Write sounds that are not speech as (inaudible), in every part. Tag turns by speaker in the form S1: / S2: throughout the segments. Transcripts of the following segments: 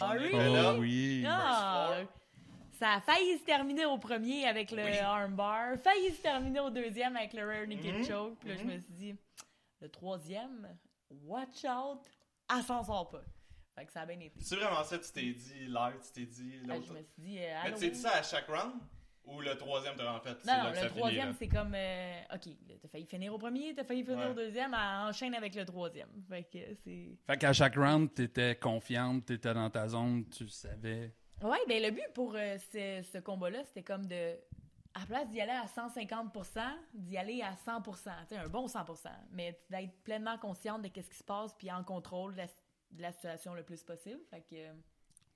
S1: Ah
S2: Oh
S1: euh, ben,
S3: Ah! Ça a failli se terminer au premier avec le armbar, failli se terminer au deuxième avec le rear naked
S1: Mhm.
S3: choke. Puis là, je
S1: Mhm.
S3: me suis dit, le troisième, watch out, elle s'en sort pas. Fait que ça a bien été.
S1: C'est vraiment ça, que tu t'es dit l'heure, tu t'es dit
S3: Ah,
S1: l'autre.
S3: je me suis dit, euh,
S1: Mais
S3: allô?
S1: tu t'es dit ça à chaque round ou le troisième t'as en fait c'est
S3: Non,
S1: là
S3: non,
S1: que
S3: le
S1: ça finit, hein.
S3: troisième,
S1: là.
S3: c'est comme, euh, OK, là, t'as failli finir au premier, t'as failli finir
S1: Ouais.
S3: au deuxième, elle enchaîne avec le troisième. Fait que c'est...
S2: Fait qu'à chaque round, t'étais confiante, t'étais dans ta zone, tu savais.
S3: Ouais, ben le but pour euh, ce, ce combat-là, c'était comme de. À place d'y aller à 150 d'y aller à 100 tu sais, un bon 100 mais d'être pleinement consciente de quest ce qui se passe puis en contrôle de la, de la situation le plus possible. Fait que, euh,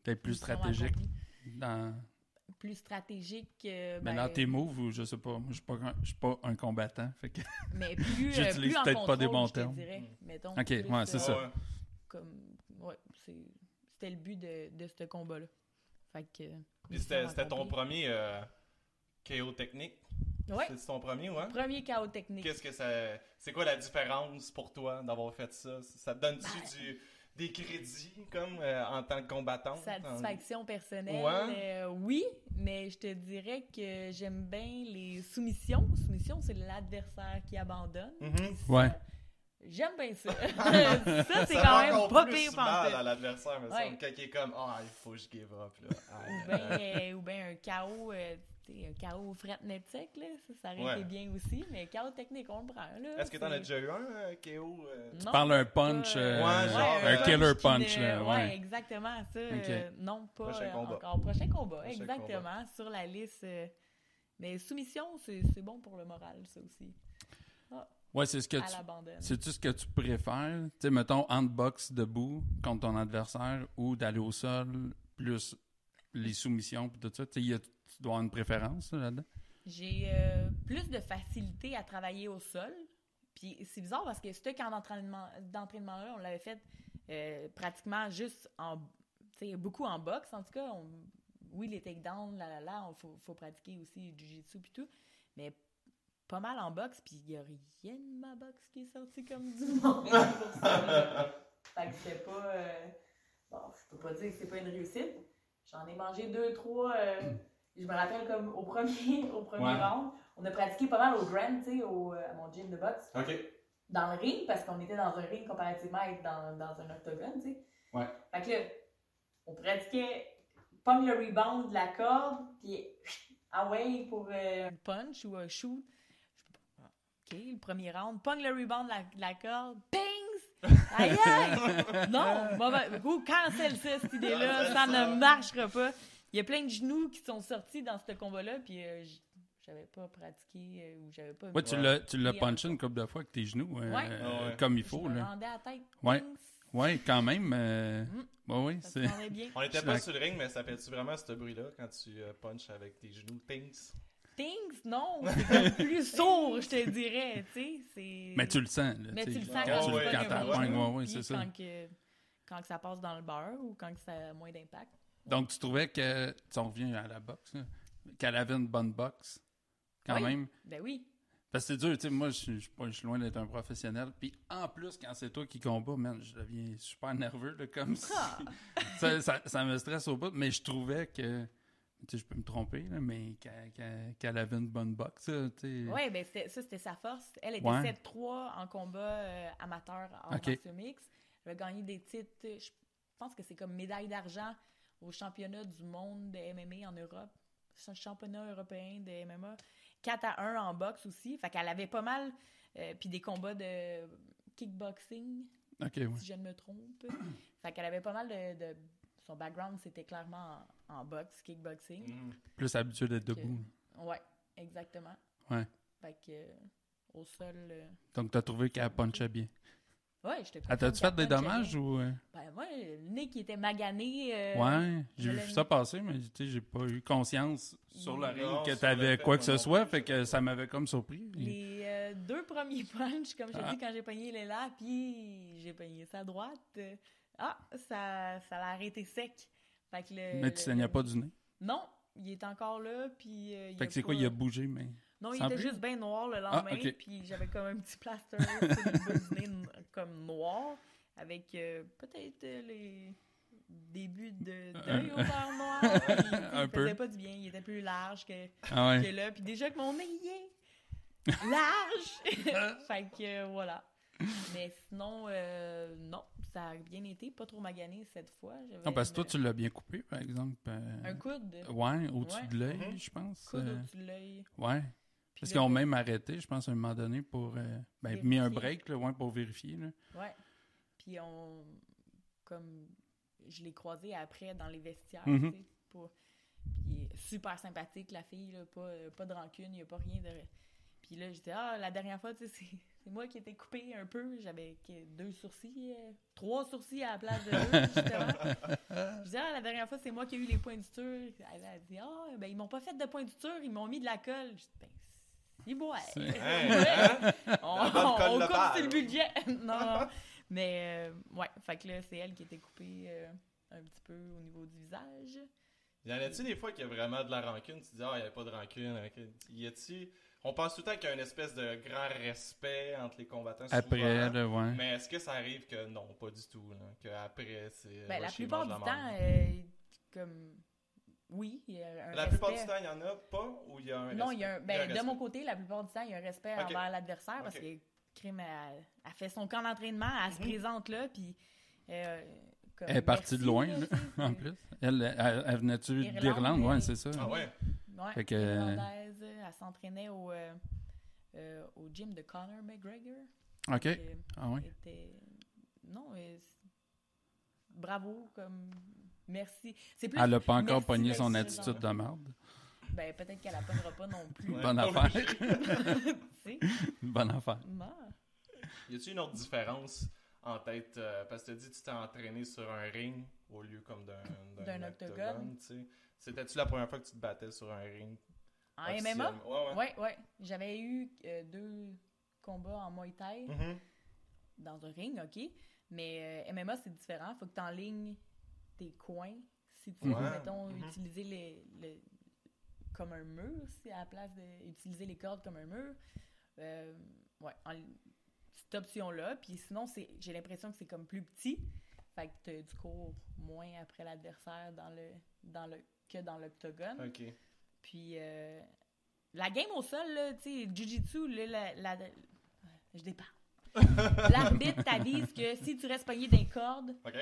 S2: T'es plus
S3: mission
S2: stratégique
S3: accomplie.
S2: dans,
S3: Plus stratégique. euh,
S2: ben,
S3: ben,
S2: dans tes moves ou je sais pas. Moi, je suis pas, un- je suis pas un combattant. Fait que...
S3: Mais plus. euh,
S2: J'utilise
S3: plus en
S2: peut-être pas des
S3: contrôle,
S2: bons
S3: je te
S2: termes.
S3: dirais,
S1: Mm.
S3: mettons,
S2: Ok,
S3: plus,
S2: ouais, c'est
S3: euh,
S2: ça.
S1: Ah ouais.
S3: Comme, ouais, c'est- c'était le but de, de ce combat-là. Fait que. euh,
S1: Puis c'était
S3: mission
S1: c'était ton
S3: accomplie.
S1: premier euh, KO technique.
S3: Ouais,
S1: C'est ton premier, ouais.
S3: premier chaos technique.
S1: Qu'est-ce que ça c'est quoi la différence pour toi d'avoir fait ça Ça
S3: (laughs)
S1: te donne-tu du des crédits comme euh, en tant que combattant
S3: Satisfaction personnelle,
S1: Ouais.
S3: euh, oui, mais je te dirais que j'aime bien les soumissions. Soumission, c'est l'adversaire qui abandonne.
S1: Mhm.
S2: Ouais.
S3: J'aime bien
S1: (laughs)
S3: ça. (laughs) ça, c'est quand même pas pire
S1: mal
S3: pantoute.
S1: à l'adversaire, mais
S3: Ouais.
S1: ça, quand il est comme ah, il faut que je give up là.
S3: Ou
S1: Aïe,
S3: bien
S1: aïe.
S3: ou (laughs) ben un chaos, euh, tu sais, un chaos fretnetique, là, ça, ça aurait
S1: Ouais.
S3: été bien aussi, mais chaos technique, on le prend. là,
S1: Est-ce que t'en
S3: c'est-
S1: as déjà eu un euh, KO euh,
S3: Non,
S2: Parle un
S3: pas,
S2: punch,
S3: euh,
S2: euh,
S1: Ouais, genre,
S2: un
S1: euh,
S2: killer
S3: qui
S2: punch.
S3: ne-
S2: là, ouais.
S3: ouais, exactement. Ça, euh, non, pas
S1: Prochain
S3: euh,
S1: combat.
S3: encore. Prochain combat,
S1: Prochain
S3: exactement. Sur la liste. euh, mais soumission, c'est c'est bon pour le moral, ça aussi.
S2: Ouais, c'est ce que
S3: À
S2: tu.
S3: l'abandonne.
S2: C'est-tu ce que tu préfères? Tu sais, mettons, handbox debout contre ton adversaire ou d'aller au sol plus les soumissions puis tout ça. Tu sais, il y a- tu dois avoir une préférence là, là-dedans?
S3: J'ai euh, plus de facilité à travailler au sol. Puis c'est bizarre parce que ce camp d'entraînement- d'entraînement-là, on l'avait fait euh, pratiquement juste en. Tu sais, beaucoup en boxe, en tout cas. On, oui, les takedowns, là, là, là, il faut, faut pratiquer aussi du jiu-jitsu puis tout. Mais pas mal en boxe, puis il n'y a rien de ma boxe qui est sorti comme du (laughs) monde. pour ça. fait que c'était pas. euh, Bon, je peux pas dire que c'est pas une réussite. J'en ai mangé deux, trois. euh, je me rappelle comme au premier, au premier
S1: Ouais.
S3: round, on a pratiqué pas mal au grand, tu sais, au, euh, à mon gym de boxe
S1: OK.
S3: dans le ring, parce qu'on était dans un ring comparativement à être dans, dans un octogone, tu sais.
S1: Ouais.
S3: Fait que là, on pratiquait pogne le rebound de la corde, puis away pour euh, un punch ou un shoot. Je peux pas- OK, le premier round, pogne le rebound de la, de la corde, pings! Aïe, aïe! non, mauvais. Go, cancel ça, cette idée-là, ça
S1: Cancel ça.
S3: ne marchera pas. Il y a plein de genoux qui sont sortis dans ce combat-là, puis euh, j- j'avais pas pratiqué euh, ou j'avais pas
S2: Ouais, tu
S1: Ouais.
S2: l'as, tu l'as
S3: Et
S2: punché une couple de fois avec tes genoux, euh,
S3: Ouais.
S2: euh,
S1: Ah ouais.
S2: comme il
S3: je
S2: faut.
S3: me
S2: Là.
S3: rendais à la tête.
S2: Ouais.
S3: Pings!
S2: Ouais, quand même. euh,
S3: Mm.
S2: ouais, ouais,
S3: Ça
S2: c'est.
S3: se rendait bien.
S1: On était
S2: Je
S1: pas
S2: la-
S1: sur le ring, mais ça fait-tu vraiment ce bruit-là quand tu euh, punches avec tes genoux? Things.
S3: Things, non, c'est comme plus
S2: (laughs)
S3: sourd, je te dirais, tu sais, c'est...
S2: (laughs) Mais tu le sens. Là,
S3: Mais
S2: tu sais,
S3: le sens
S1: quand
S3: quand,
S1: tu le-
S3: tu pognes
S1: quand
S3: un
S2: t'apprends,
S3: mot,
S2: ouais, ouais,
S3: puis
S2: c'est ça.
S3: Quand que, quand que ça passe dans le beurre ou quand que ça a moins d'impact.
S2: Donc, tu trouvais que. Tu en reviens à la boxe, là, qu'elle avait une bonne boxe, quand
S3: Oui.
S2: même.
S3: Ben
S2: (laughs)
S3: oui,
S2: Parce que c'est dur, tu sais, moi, je suis- je suis pas- je suis loin d'être un professionnel. Puis en plus, quand c'est toi qui combats, man, je deviens super nerveux, là, comme si-
S3: Ah.
S2: (laughs) ça, ça- ça me stresse au bout, mais je trouvais que... Tu sais, je peux me tromper, là, mais qu'elle qu'elle- qu'elle avait une bonne boxe, là, tu sais.
S3: ouais, ben c'était- ça, c'était sa force. Elle était
S2: Mm. Ouais.
S3: 7-3 en combat euh, amateur en
S2: Ok.
S3: martiaux mix. Elle a gagné des titres, je pense que c'est comme médaille d'argent au championnat du monde de MMA en Europe. Ch- championnat européen de MMA. 4 à 1 en boxe aussi. Fait qu'elle avait pas mal. euh, Puis des combats de kickboxing,
S2: OK, ouais.
S3: si je ne me trompe. fait qu'elle avait pas mal de. de- son background, c'était clairement en, en boxe, kickboxing.
S1: Hmm.
S3: (laughs)
S2: Plus habitué d'être debout. là.
S3: Ouais, exactement.
S2: Mm. Ouais.
S3: Fait que. euh, au sol. euh,
S2: Donc, t'as trouvé qu'elle punchait bien.
S3: Ouais, j'étais
S2: Ah, T'as-tu fait des dommages
S3: ou.
S2: ou... euh,
S3: Ben, moi, le nez qui était magané. euh,
S2: ouais,
S3: je
S2: j'ai vu
S3: l'ai
S2: ça passer, mais tu sais, j'ai pas eu conscience sur le
S1: Non,
S2: ring que
S1: sur
S2: t'avais
S1: le fait,
S2: quoi que
S1: moi
S2: ce
S1: non
S2: soit,
S1: plus,
S2: fait que
S1: je-
S2: ça m'avait comme surpris.
S3: Les euh, deux premiers (laughs) punches, comme je te
S2: Ah.
S3: dis, quand j'ai pogné les là, puis j'ai pogné sa droite. euh, ah, ça ça l'a arrté sec. Fait que le,
S2: Mais tu
S3: le-
S2: saignais pas du nez.
S3: Non, il est encore là, puis. euh,
S2: Fait
S3: a
S2: que c'est
S3: pas-
S2: quoi, il a
S3: (laughs)
S2: bougé, mais...
S3: Non, il
S2: sans
S3: était
S2: plus? Ah,
S3: juste bien noir le lendemain,
S2: ok.
S3: puis j'avais comme un petit plaster sur (laughs) le bas du nez, n- comme noir, avec euh, peut-être euh, les début de
S2: Un-
S3: d'œil au beurre noir. puis, tu sais,
S2: (laughs) Un
S3: il
S2: peu.
S3: faisait pas du bien, il était plus large que,
S2: Ah ouais.
S3: que là. Puis déjà que mon nez il est
S2: (laughs)
S3: large! (laughs) fait que euh, voilà. Mais sinon, euh, non, ça a bien été, pas trop magané cette fois. J'avais
S2: Non, parce que toi,
S3: une-
S2: tu l'as bien coupé, par exemple. euh,
S3: euh, Un coude,
S2: Ouais, au-dessus
S3: Ouais.
S2: de l'œil,
S1: Mhm.
S2: je pense.
S3: coude
S2: euh,
S3: au-dessus de l'œil.
S2: ouais.
S3: Puis
S2: Parce
S3: là,
S2: qu'ils ont même arrêté, je pense, à un moment donné pour. euh, ben, mis un
S3: Vérifier.
S2: break, là, ouais, pour vérifier. Là.
S3: Ouais. Puis on. Comme. Je l'ai croisée après dans les vestiaires,
S2: Mhm.
S3: tu sais. Pour... Puis super sympathique, la fille, là, pas, euh, pas de rancune, il n'y a pas rien de. Puis là, j'étais, ah, la dernière fois, tu sais, c'est- c'est moi qui étais coupée un peu. J'avais que- deux sourcils, euh, trois sourcils à la place de deux,
S2: (laughs)
S3: justement. Je disais, ah, la dernière fois, c'est moi qui ai eu les points de suture. Elle a dit, ah, ben, ils m'ont pas fait de points de suture, ils m'ont mis de la colle. Je dis, ben, c'est bois. (laughs)
S2: C'est-
S1: Hein,
S3: On,
S1: La bonne
S3: on-
S1: colle
S3: on
S1: de
S3: coupe
S1: page.
S3: sur le budget. (laughs) non,
S1: (laughs)
S3: non. Mais euh, ouais, fait que là, c'est elle qui était coupée euh, un petit peu au niveau du visage.
S1: Euh, Y en a-tu des fois qu'il y a vraiment de la rancune? Tu dis, ah, il n'y a pas de rancune. ok. Y a-tu. On pense tout le temps qu'il y a une espèce de grand respect entre les combattants. souvent.
S2: Après, là, ouais.
S1: Mais est-ce que ça arrive que non, pas du tout? Là, que après, c'est.
S3: Ben,
S1: va
S3: la
S1: chier,
S3: plupart
S1: mange
S3: du
S1: la marde.
S3: temps, euh, comme. Oui, il y a un
S1: La plupart du
S3: respect.
S1: temps, il y en a pas ou il y a un.
S3: Non,
S1: respect?
S3: il y a un-
S1: Il y a un
S3: ben, de
S1: respect.
S3: mon côté, la plupart du temps, il y a un respect
S1: Ok.
S3: envers l'adversaire parce
S1: Ok.
S3: que Crime, elle, elle fait son camp d'entraînement, elle se
S1: Mhm.
S3: présente là, puis. euh, comme,
S2: Elle est partie de loin,
S3: merci,
S2: là,
S3: tu sais,
S2: (laughs) en plus. Elle, elle, elle venait-tu
S3: Irlande,
S2: d'Irlande? Ouais,
S3: mais-
S2: c'est ça.
S1: Ah ouais?
S3: Ouais,
S2: Fait que- euh,
S3: irlandaise, elle s'entraînait au, euh, euh, au gym de Conor McGregor.
S2: OK.
S3: Fait que,
S2: Ah ouais.
S3: était- Non, mais c'est- bravo, comme merci. C'est plus.
S2: Elle n'a pas encore
S3: merci
S2: pogné
S3: d'être
S2: son
S3: sur-
S2: attitude de merde.
S3: Ben, peut-être qu'elle la pognera pas non plus.
S1: Ouais.
S2: Bonne
S1: pas
S2: affaire.
S3: (laughs)
S2: (laughs)
S3: tu sais,
S2: Bonne affaire.
S3: mort.
S1: Y a-tu une autre différence en tête euh, parce que tu dit que tu t'es entraîné sur un ring au lieu comme
S3: (laughs)
S1: d'un
S3: D'un octogone.
S1: tu sais. C'était-tu la première fois que tu te battais sur un ring
S3: En MMA?
S1: officiellement? Ouais, ouais.
S3: Ouais, ouais. J'avais eu euh, deux combats en Muay Thai
S1: Mhm.
S3: dans un ring, ok. Mais euh, MMA, c'est différent. Faut que tu enlignes tes coins. Si tu veux,
S1: Ouais.
S3: mettons,
S1: Mhm.
S3: utiliser les, le- comme un mur, si à la place d'utiliser les cordes comme un mur. Euh, ouais, en- cette option-là. Puis sinon, c'est- j'ai l'impression que c'est comme plus petit. Fait que t'as du cours moins après l'adversaire dans le, dans le, que dans l'octogone.
S1: Ok.
S3: Puis euh, la game au sol, là, tu sais, Jiu-Jitsu, là, la, la- je déparle.
S2: (laughs)
S3: L'arbitre t'avise que si tu restes pogné d'un corde
S1: Ok.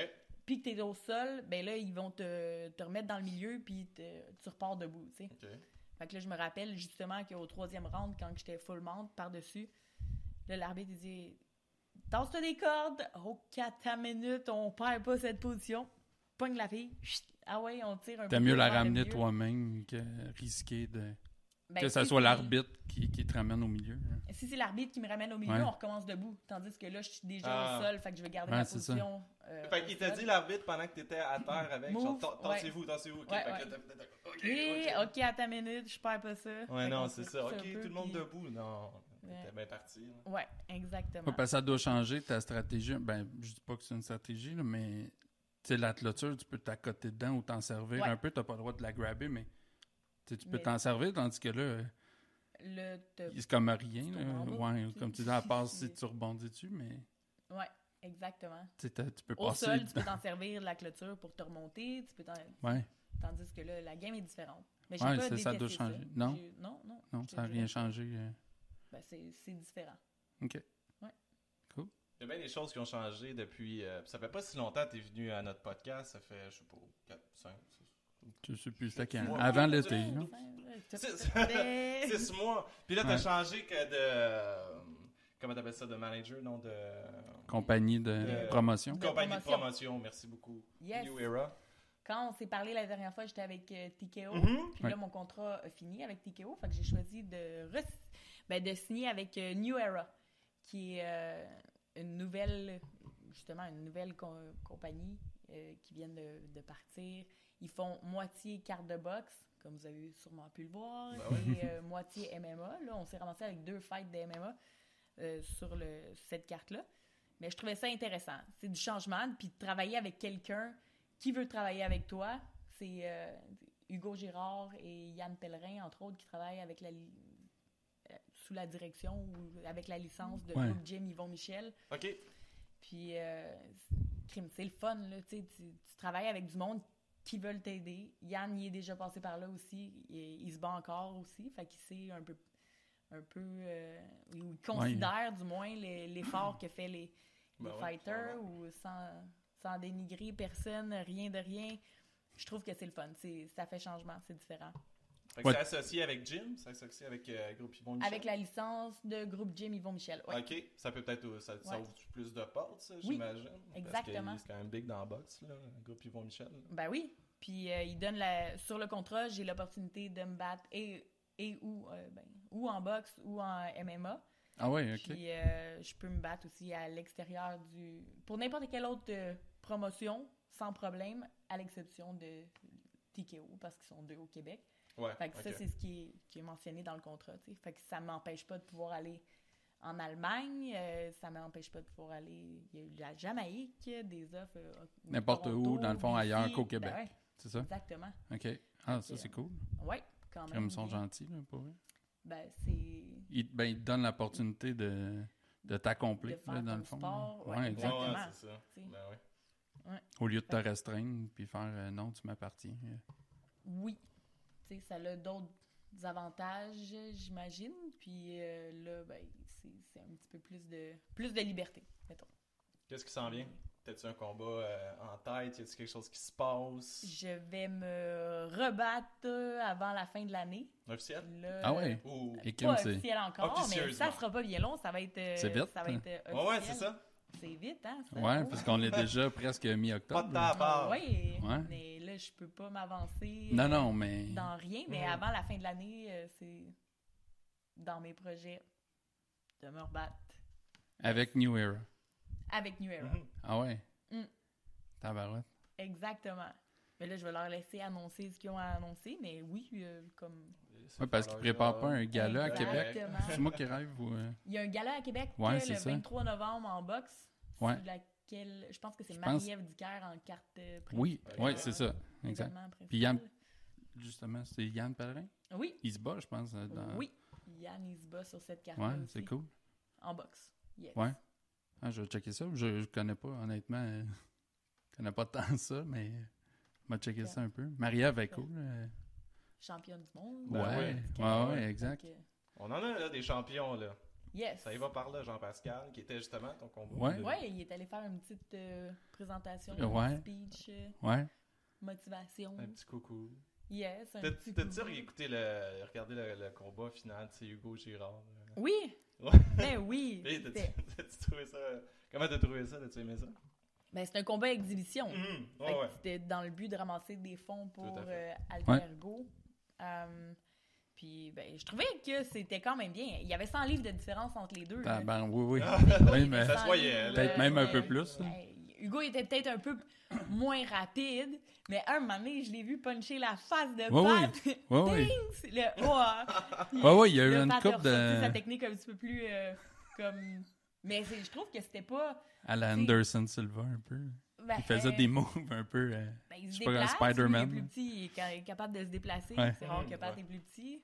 S3: puis que t'es au sol, ben là, ils vont te, te remettre dans le milieu puis te- tu repars debout, tu sais.
S1: Ok.
S3: Fait que là, je me rappelle justement qu'au troisième round, quand j'étais full mount par-dessus, là, l'arbitre, il dit « Tasse-toi des cordes! Oh, 4 minutes, on perd pas cette position. Pogne la fille. Chut. Ah ouais, on tire un
S2: T'as
S3: coup
S2: mieux
S3: de
S2: la
S3: vers le
S2: ramener
S3: milieu.
S2: toi-même que risquer de.
S3: Ben,
S2: que ça
S3: si
S2: soit
S3: tu-
S2: l'arbitre qui, qui te ramène au milieu. hein. là.
S3: Si c'est l'arbitre qui me ramène au milieu,
S2: Ouais.
S3: on recommence debout. Tandis que là, je suis déjà
S1: Ah.
S3: au sol, fait que je vais garder
S2: Ouais,
S3: ma
S2: c'est ça.
S3: position. euh,
S1: Fait
S3: au
S1: qu'il t'a
S3: sol.
S1: dit l'arbitre pendant que t'étais à terre avec genre
S3: Move,
S1: Tant-
S3: ouais.
S1: tentez-vous, tentez-vous. Ok.
S3: Ouais,
S1: fait que
S3: ouais.
S1: là, t'as- t'as- t'as- ok,
S3: Eh,
S1: ok.
S3: ok, à ta minute, je perds pas ça.
S1: Ouais,
S3: Fait
S1: non,
S3: qu'on
S1: c'est
S3: se
S1: ça.
S3: pousse
S1: Ok,
S3: un peu,
S1: tout le monde
S3: puis-
S1: debout. Non,
S3: Ouais.
S1: t'es bien parti. là.
S3: Ouais, exactement.
S2: Ouais, parce que ça doit changer ta stratégie. Ben, je dis pas que c'est une stratégie, là, mais tu sais, la clôture, tu peux t'accoter dedans ou t'en servir
S3: Ouais.
S2: un peu. T'as pas le droit de la grabber, mais tu sais, tu peux
S3: Mais-
S2: t'en servir, tandis que là, euh,
S3: Le te-
S2: c'est comme rien. là.
S3: tournes en bas,
S2: Ouais,
S3: tu sais.
S2: comme tu dis,
S3: (laughs)
S2: à part si
S3: Mais-
S2: tu rebondis dessus, mais
S3: Ouais, exactement.
S2: tu sais, t'as- tu peux
S3: Au
S2: passer.
S3: sol, tu peux t'en servir de la clôture pour te remonter. Tu peux t'en-
S2: Ouais,
S3: Tandis que là, la game est différente. Mais j'ai
S2: Ouais,
S3: pas
S2: c'est- ça
S3: détesté
S2: doit changer. Non.
S3: J'ai- Non, non.
S2: non,
S3: je te
S2: ça n'a
S3: dirais
S2: rien
S3: pas.
S2: changé. euh.
S3: Ben, c'est c'est différent.
S2: OK.
S1: Il y a bien des choses qui ont changé depuis. euh, ça fait pas si longtemps que tu es venu à notre podcast. Ça fait, je sais pas, 4, 5,
S2: Je sais plus c'était quand.
S1: Ouais.
S2: Avant
S1: Ouais.
S2: l'été. hein?
S1: Ouais.
S2: là.
S3: Ça, ça
S1: Six.
S3: (laughs) fait-
S1: 6 mois. Puis là, t'as
S2: Ouais.
S1: changé que de. euh, Comment t'appelles ça De manager, non De.
S2: Compagnie de
S1: Euh,
S2: promotion.
S3: de
S1: Compagnie de
S3: promotion.
S1: promotion. Merci beaucoup.
S3: Yes.
S1: New Era.
S3: Quand on s'est parlé la dernière fois, j'étais avec euh, TKO.
S1: Mhm.
S3: Puis là, mon contrat a fini avec TKO. Fait que j'ai choisi de, re- ben, de signer avec euh, New Era, qui est euh, une nouvelle, justement, une nouvelle com- compagnie euh, qui vient de, de partir. Ils font moitié carte de boxe, comme vous avez sûrement pu le voir,
S1: Ben ouais.
S3: et euh, moitié MMA. Là, on s'est ramassé avec deux fights de MMA euh, sur le, cette carte-là. Mais je trouvais ça intéressant. C'est du changement, puis de travailler avec quelqu'un qui veut travailler avec toi. C'est euh, Hugo Girard et Yann Pellerin, entre autres, qui travaillent avec la li- euh, sous la direction ou avec la licence de
S2: Ouais.
S3: Groupe Jim Yvon Michel.
S1: Ok.
S3: Puis euh, crime, c'est le fun, là, tu sais, tu, tu travailles avec du monde qui veulent t'aider. Yann, il est déjà passé par là aussi, il, il se bat encore aussi, fait qu'il sait un peu, un peu, euh, ou il considère du moins les- l'effort que fait les, les
S1: Ben ouais,
S3: fighters,
S1: clairement.
S3: ou sans, sans dénigrer personne, rien de rien. Je trouve que c'est le fun, c'est- ça fait changement, c'est différent.
S1: Fait que
S2: Ouais.
S1: c'est associé avec Jim, c'est associé avec euh, Groupe Yvon Michel.
S3: Avec la licence de groupe Jim Yvon Michel, ouais.
S1: Ok, ça peut peut-être euh, ça, ça
S3: Ouais.
S1: ouvre plus de portes, ça,
S3: Oui,
S1: j'imagine.
S3: exactement.
S1: Parce que c'est quand même big dans la box, là, Groupe Yvon Michel.
S3: Ben oui. Puis euh, il donne la... sur le contrat, j'ai l'opportunité de me battre et, et ou, euh, ben, ou en boxe ou en MMA.
S2: Ah ouais, ok.
S3: Puis euh, je peux me battre aussi à l'extérieur du. Pour n'importe quelle autre euh, promotion, sans problème, à l'exception de TKO, parce qu'ils sont deux au Québec.
S1: Ouais.
S3: Fait que ça,
S1: ok.
S3: c'est ce qui est, qui est mentionné dans le contrat. tu sais. Fait que ça m'empêche pas de pouvoir aller en Allemagne, euh, ça m'empêche pas de pouvoir aller. Il y a eu la Jamaïque, des offres. euh, au
S2: N'importe où,
S3: Toronto,
S2: dans le fond,
S3: BC,
S2: ailleurs qu'au
S3: ben
S2: Québec.
S3: ouais,
S2: C'est ça?
S3: exactement.
S2: Ok. Ah,
S3: euh,
S2: ça, c'est cool.
S3: Oui, quand même.
S2: Comme ils sont gentils, là, pour vrai.
S3: Ben, c'est.
S2: Ils, ben, ils te donnent l'opportunité de, de t'accomplir,
S3: De faire
S2: là, dans
S3: ton
S2: le fond.
S3: sport, ouais,
S2: là. Ouais,
S1: Ouais,
S2: exact.
S3: exactement.
S1: ouais, c'est ça.
S3: tu sais.
S1: Ben ouais.
S2: Au lieu de te restreindre puis faire euh, non, tu m'appartiens. euh.
S3: Ben, Oui. Tu sais, ça a d'autres avantages, j'imagine. Puis euh, là, ben, c'est c'est un petit peu plus de, plus de liberté, mettons.
S1: Qu'est-ce qui s'en vient? T'as-tu un combat euh, en tête? Y a-tu quelque chose qui se passe?
S3: Je vais me rebattre avant la fin de l'année.
S1: Officiel?
S3: Là,
S2: Ah ouais?
S1: Ou.
S2: Et Kim,
S3: Pas
S2: c'est.
S3: officiel encore, mais
S1: Officieusement.
S3: ça sera pas bien long. Ça va être. euh,
S2: C'est vite,
S3: Ça va
S2: hein?
S3: être euh,
S1: Ouais, ouais, c'est
S3: officiel.
S1: ça.
S3: C'est vite, hein? ça.
S2: Ouais, parce qu'on
S3: (laughs)
S2: est déjà presque
S1: Pas de
S2: mi-octobre.
S1: temps à part.
S3: Oui,
S2: Ouais.
S3: mais là, je peux pas m'avancer.
S2: Non, non, mais.
S3: dans rien, mais
S1: Mhm.
S3: avant la fin de l'année, euh, c'est dans mes projets de me rebattre
S2: Avec New Era.
S3: avec New Era.
S1: Mhm.
S2: Ah ouais?
S3: Mm.
S2: Tabarouette.
S3: Exactement. Mais là, je vais leur laisser annoncer ce qu'ils ont annoncé, mais oui, euh, comme.
S2: Ouais, parce qu'ils préparent pas un gala à Québec.
S3: Exactement.
S2: C'est (laughs) moi qui rêve. ou, euh,
S3: Il y a un gala à Québec
S2: Ouais,
S3: euh,
S2: c'est
S3: le
S2: ça.
S3: 23 novembre en boxe,
S2: Ouais.
S3: sur laquelle je pense que c'est
S2: Je pense-
S3: Marie-Ève Ducaire en carte euh, privée.
S2: Oui,
S1: Ouais.
S2: ouais, c'est ça. Exact.
S3: événement principal.
S2: Puis Yann- Justement, c'est Yann Pellerin.
S3: Oui,
S2: Il se bat, je pense. euh, Dans...
S3: oui. Yann, il se bat sur cette carte
S2: Ouais, c'est cool.
S3: En boxe. Yes.
S2: Ouais. Ah, je vais checker ça. Je, je connais pas, honnêtement. euh, Je connais pas tant ça, mais euh, je vais checker ça un peu. Marie-Ève est cool. euh,
S3: Championne du monde.
S2: Ouais,
S1: Ben
S2: ouais,
S1: ouais.
S2: ouais,
S1: Ouais.
S2: exact.
S3: Fait que,
S1: On en a là des champions là.
S3: Yes.
S1: Ça y va par là, Jean-Pascal, qui était justement ton combat.
S2: Ouais.
S3: Ouais, il est allé faire une petite euh, présentation,
S2: Ouais.
S3: un petit speech, euh,
S2: Ouais.
S3: motivation.
S1: Un petit coucou.
S3: Yes, un
S1: T'as-
S3: petit
S1: T'as-tu
S3: coucou.
S1: écouté le, regardé le, le combat final, c'est Hugo Girard? là?
S3: Oui,
S1: Ouais.
S3: (laughs) ben oui.
S1: (laughs) Hey,
S3: c'était-
S1: T'as-tu t'as-tu trouvé ça? Comment t'as trouvé ça? T'as-tu aimé ça?
S3: Ben, c'est un combat exhibition.
S1: Mhm.
S3: Mm. Fait
S1: Ouais,
S3: que
S1: ouais.
S3: C'était dans le but de ramasser des fonds pour
S1: Tout à
S3: euh,
S1: fait.
S3: Altergo. Um, puis, ben, je trouvais que c'était quand même bien. Il y avait 100 livres de différence entre les deux. là.
S2: Tabar- oui, oui. oui, mais
S1: Ça se voyait, là.
S2: peut-être même un
S3: Euh,
S2: peu plus. là.
S3: Hey, Hugo était peut-être un peu moins rapide, mais un moment donné, je l'ai vu puncher la face de
S2: Ouais,
S3: Pat. (laughs)
S2: Ouais, ouais.
S3: Dings! Le- Ouah!
S2: Ouais, ouais, il y a eu
S3: Le
S2: une
S3: Pat a
S2: coupe
S3: ressorti sa
S2: de.
S3: technique un petit peu plus euh, comme. Mais c'est- je trouve que c'était pas.
S2: À la
S3: tu sais.
S2: Anderson Silva, un peu.
S3: ben,
S2: Il faisait des moves un peu. euh,
S3: ben, il se
S2: je sais pas, un
S3: déplace,
S2: Spider-Man,
S3: Il est
S2: là.
S3: plus petit, il est ca- il est capable de se déplacer.
S2: Ouais.
S3: C'est rare que
S1: Mhm,
S3: Pat
S1: ouais.
S3: est plus petit.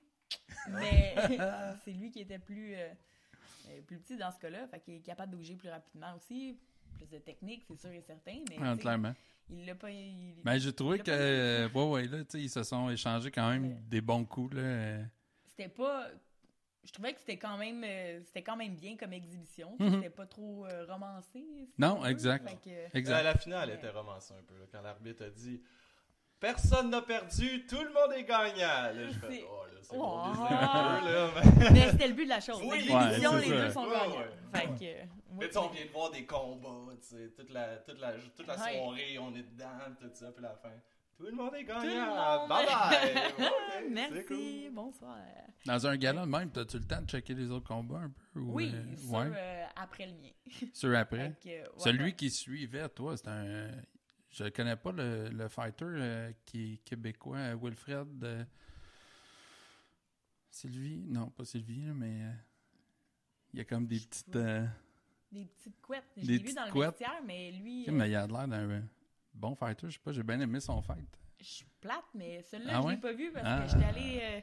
S3: Mais c'est lui qui était plus, euh, euh, plus petit dans ce cas-là. Fait qu'il est capable de bouger plus rapidement aussi. Plus de technique, c'est sûr et certain. Mais
S2: Ah,
S3: tu sais,
S2: clairement.
S3: il l'a pas. il-
S2: Mais j'ai trouvé
S3: Le
S2: que, euh,
S3: (laughs)
S2: ouais, ouais, là, tu sais, ils se sont échangés quand même
S3: Ouais.
S2: des bons coups, là. euh.
S3: C'était pas. Je trouvais que c'était quand même euh, c'était quand même bien comme exhibition.
S2: Mhm.
S3: C'était pas trop euh, romancé. si
S2: Non,
S3: on veut.
S2: exact.
S3: Fait que-
S1: À
S2: (laughs) Exact.
S1: la finale, elle était romancée un peu, là, quand l'arbitre a dit Personne n'a perdu, tout le monde est gagnant. Là, je fais
S3: C'est-
S1: Oh là, c'est
S3: Oh.
S1: bon, Disney un peu, là. mais-
S3: Mais c'était le but de la chose.
S1: Oui,
S3: Avec
S2: ouais,
S3: l'émission,
S2: c'est
S3: les
S2: ça.
S3: deux sont
S1: Ouais,
S3: gagnants.
S1: ouais.
S3: Fait que, euh,
S1: Mais
S3: moi,
S1: tu sais, on vient de voir des combats, tu sais, toute la, toute la, toute la
S3: Ouais.
S1: soirée, on est dedans, tout ça, puis la fin. Tout le monde est
S3: le
S1: gagnant!
S3: monde.
S1: Bye bye!
S3: (laughs) Merci, bonsoir.
S2: Dans un gala de même, t'as-tu le temps de checker les autres combats un peu? ou,
S3: Oui,
S2: euh,
S3: sur,
S2: ouais,
S3: euh, après le mien.
S2: sur après.
S3: Fait que, euh, ouais,
S2: Celui
S3: ouais.
S2: qui suivait, toi, c'est un. Je connais pas le, le fighter euh, qui est québécois, euh, Wilfred. euh, Sylvie Non, pas Sylvie, là, mais. euh, Il y a comme des
S3: Je
S2: petites.
S3: sais pas.
S2: euh,
S3: Des petites couettes.
S2: Des
S3: Je l'ai vu
S2: petites
S3: dans le
S2: couettes.
S3: vestiaire, mais lui,
S2: tu sais,
S3: euh,
S2: mais il a l'air d'un euh, bon fighter, je sais pas, j'ai bien aimé son fight.
S3: je suis plate, mais celui-là,
S2: Ah
S3: je
S2: ouais?
S3: l'ai pas vu parce
S2: Ah.
S3: que j'étais allée euh,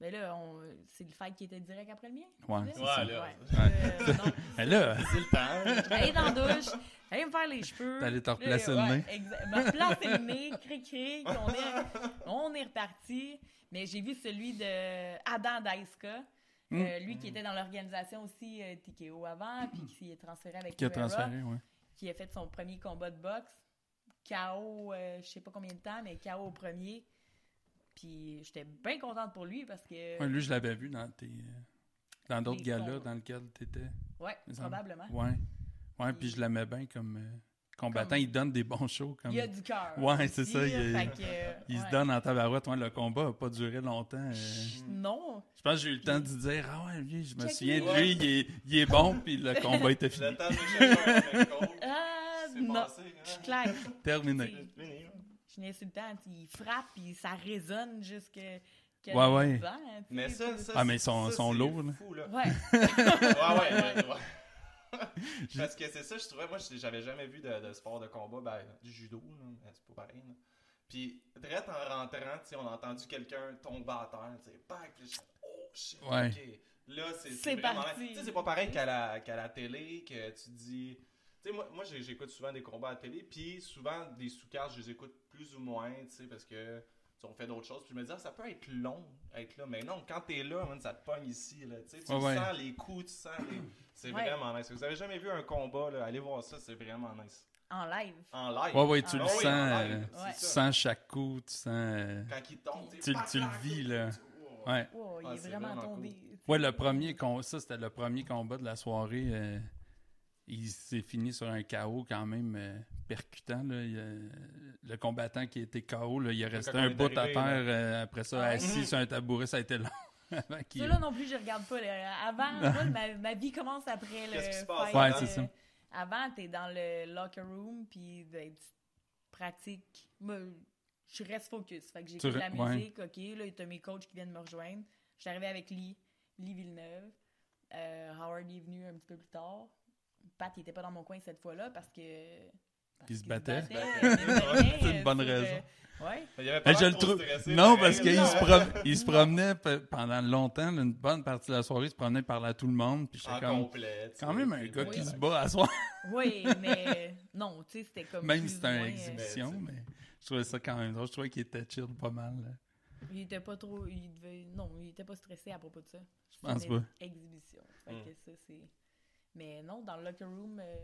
S3: Mais là, on- c'est le fight qui était direct après le mien.
S2: Ouais,
S3: tu
S2: c'est
S3: disais?
S2: ça.
S1: Ouais, là.
S3: Euh, non. (laughs)
S2: Mais là, (laughs)
S1: C'est le temps.
S3: Allez dans la douche, allez me faire les cheveux.
S2: T'allais te
S3: Là,
S2: replacer le
S3: ouais,
S2: nez.
S3: exa- Me replacer le nez, cric-cric, on est, on est reparti. Mais j'ai vu celui de Adam Daiska,
S2: Mm.
S3: euh, lui qui était dans l'organisation aussi euh, TKO avant, puis qui est transféré avec
S2: qui a
S3: Pereira,
S2: transféré, ouais.
S3: qui a fait son premier combat de boxe. KO, euh, je sais pas combien de temps, mais KO au premier. Puis j'étais bien contente pour lui parce que.
S2: Ouais, Lui, je l'avais vu dans tes. euh, Dans d'autres
S3: euh, Les
S2: galas
S3: combats.
S2: dans lesquels t'étais.
S3: Ouais,
S2: Il me semble.
S3: probablement.
S2: Ouais. Ouais, puis
S3: Puis-
S2: je l'aimais bien comme euh, combattant.
S3: Comme-
S2: Il donne des bons shows. Comme...
S3: Il
S2: Il,
S3: y a du cœur.
S2: Ouais, c'est
S3: aussi,
S2: ça,
S3: là,
S2: il y a-
S3: fait que, euh,
S2: se
S3: ouais.
S2: donne en tabarouette. Ouais, le combat n'a pas duré longtemps. euh.
S3: Non,
S2: Je pense que j'ai eu le temps de dire Ah ouais, lui, je me
S3: Check
S2: souviens de
S1: lui.
S2: lui, il est, il est bon, puis le combat était
S1: Je
S2: fini.
S1: l'attends de chercher un coach.
S3: Ah,
S1: C'est
S3: non.
S1: passé, hein?
S3: Je suis claire.
S2: Terminé.
S1: (laughs) C'est fini, hein?
S3: Je suis insultante. Il frappe, puis ça résonne jusque. que-
S2: Ouais, ouais.
S3: dedans, hein, tu
S1: Mais
S3: sais,
S1: ça,
S3: c'est-
S1: ça
S2: Ah, mais
S1: c'est-
S2: ils sont-
S1: ça,
S2: sont
S1: c'est
S2: lourds, là.
S1: fou, là.
S3: Ouais.
S1: Ouais, ouais, ouais, ouais.
S2: (laughs)
S1: Parce que c'est ça, je trouvais, moi, je- j'avais jamais vu de, de sport de combat, ben, du judo, là, mais c'est pas pareil. là. Puis, direct en rentrant, tu sais, on a entendu quelqu'un tomber à terre, tu sais, bang, puis je oh shit,
S2: Ouais.
S1: ok. Là, c'est
S3: C'est
S1: vraiment-
S3: parti.
S1: Tu sais, c'est pas pareil qu'à la, qu'à la télé, que tu dis. Tu sais, moi, moi j'ai- j'écoute souvent des combats à la télé, puis souvent des sous-cartes, je les écoute plus ou moins, tu sais, parce que. tu sais, On fait d'autres choses, puis je me dis, ah, ça peut être long être là, mais non, quand t'es là, man, ça te pogne ici. Là, tu sais, tu
S2: Ouais, ouais.
S1: sens les coups, tu sens les. C'est
S3: Ouais.
S1: vraiment nice. Si vous avez jamais vu un combat, là, allez voir ça, c'est vraiment nice.
S3: En live.
S1: En live.
S2: Ouais, ouais, tu
S3: Ah,
S2: le
S3: oui,
S2: sens.
S1: en live,
S2: euh,
S1: c'est
S3: Ouais.
S2: Tu
S1: ça.
S2: sens chaque coup, tu sens. euh,
S1: Quand il tombe, tu sais,
S2: Tu-
S1: pac,
S2: tu le
S1: pac,
S2: vis,
S1: tu-
S2: là.
S1: tu- oh.
S2: Ouais.
S3: Wow, il
S1: Ah,
S3: est
S1: c'est
S3: vraiment
S1: vraiment
S3: tombé.
S2: Ouais, le premier com- ça, c'était le premier combat de la soirée. euh, il s'est fini sur un KO quand même euh, percutant. là. Il, euh, le combattant qui était KO, là, il est resté
S1: quand on
S2: un
S1: est
S2: bout à
S1: arrivé,
S2: terre euh, après ça,
S3: Ah ouais?
S2: assis sur un tabouret, ça a été long. (laughs) avant qu'il-
S3: Ceux-là non plus, je regarde pas. là.
S2: (laughs)
S3: Avant, moi, ma, ma vie commence après le.
S1: Qu'est-ce qui se passe
S3: fight,
S2: Ouais,
S3: euh,
S2: c'est ça.
S3: Avant, t'es dans le locker room, puis ben, tu pratiques. Moi, je reste focus. Fait que j'écoute
S2: re-
S3: la
S2: ouais.
S3: musique, ok. Là, t'as mes coachs qui viennent me rejoindre. Je suis arrivée avec Lee, Lee Villeneuve. Euh, Howard est venu un petit peu plus tard. Pat, il était pas dans mon coin cette fois-là parce que. parce
S2: Il se
S3: qu'il
S2: battait.
S3: mine de rien,
S2: C'est une
S3: euh,
S2: bonne
S3: sur, euh,
S2: raison.
S3: ouais.
S1: Il y avait pas
S2: Ben, je
S1: l'air
S2: le
S1: trop
S2: trouve.
S1: stressé,
S2: Non,
S1: pareil,
S2: parce qu'il
S1: là.
S2: se, prom- il se promenait pe- pendant longtemps, là, une bonne partie de la soirée, il se promenait, il parlait à tout le monde. Puis j'étais
S1: En
S2: comme.
S1: complet. tu
S2: Quand
S1: sais,
S2: même un
S1: puis
S2: gars
S1: bon,
S2: qui
S1: ben,
S3: hein.
S2: se bat à soir,
S3: Oui, mais euh, non, tu sais, c'était comme.
S2: même
S3: plus
S2: si
S3: ou
S2: c'était une
S3: moins, euh,
S2: exhibition,
S1: Ben,
S2: mais je trouvais ça quand même drôle. Je trouvais qu'il était chill pas mal. là.
S3: Il était pas trop. Il devait, non, il était pas stressé à propos de ça. Je
S2: pense pas.
S3: Exhibition. Fait
S1: Mm.
S3: que ça, c'est. Mais non, dans le locker room, euh,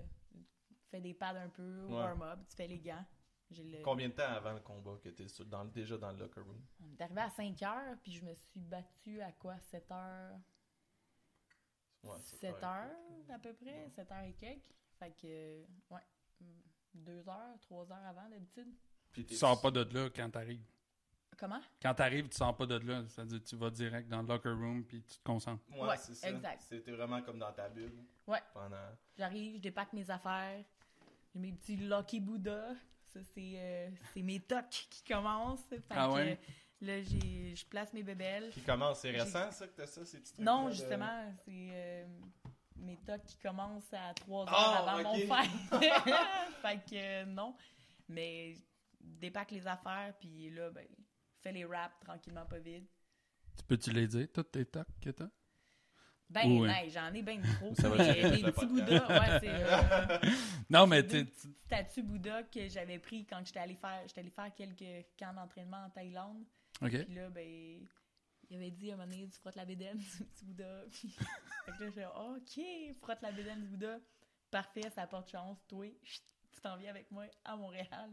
S3: fais des pads un peu,
S1: Ouais.
S3: warm-up, tu fais les gants. J'ai le...
S1: Combien de temps avant le combat que t'es sur- dans, le- déjà dans le locker room?
S3: On est arrivé à 5 heures, puis je me suis battue à quoi 7 heures
S1: Ouais, c'est
S3: 7
S1: correct.
S3: heures à peu près, 7 heures et quelques. Fait que, euh, ouais, 2 heures, 3 heures avant d'habitude.
S1: Puis
S2: Tu sors pas de là quand t'arrives.
S3: Comment
S2: Quand t'arrives, tu sors pas de là. C'est-à-dire, tu vas direct dans le locker room puis tu te concentres.
S1: Ouais,
S3: Ouais,
S1: c'est ça.
S3: exact.
S1: C'était vraiment comme dans ta bulle.
S3: Ouais.
S1: Pendant.
S3: J'arrive, je dépacke mes affaires. J'ai mes petits Lucky Buddha. Ça, c'est euh, c'est mes tocs qui commencent. Fait
S2: Ah
S3: que,
S2: ouais?
S3: euh, là, j'ai- je place mes bébelles.
S1: Qui commence? C'est
S3: J'ai-
S1: récent, ça, que t'as ça, ces petits trucs-là
S3: Non,
S1: de-
S3: justement, c'est euh, mes tocs qui commencent à 3 heures
S1: Ah,
S3: avant
S1: ok.
S3: mon fight. (laughs) fait que euh, non. Mais je dépacke les affaires, puis là, ben, fais les wraps tranquillement, pas vite.
S2: Tu peux-tu les dire, tous tes tocs que t'as?
S3: Ben,
S2: Ouais.
S3: ben, j'en ai ben trop.
S2: Ça va
S3: mais,
S1: durer
S3: euh,
S1: tout
S3: les
S1: le
S3: petits
S1: podcast.
S3: Bouddhas, ouais, c'est. euh,
S2: Non, mais
S3: J'ai
S2: t'es-
S3: deux petites statues Bouddha que j'avais pris quand j'étais allée faire j'étais allée faire quelques camps d'entraînement en Thaïlande.
S2: OK.
S3: Puis là, ben, il avait dit à un moment donné, tu frottes la bédaine du petit Bouddha. (laughs) Puis fait que là, j'ai OK, frotte la bédaine du Bouddha. Parfait, ça porte chance. Toi, chut, tu t'en viens avec moi à Montréal.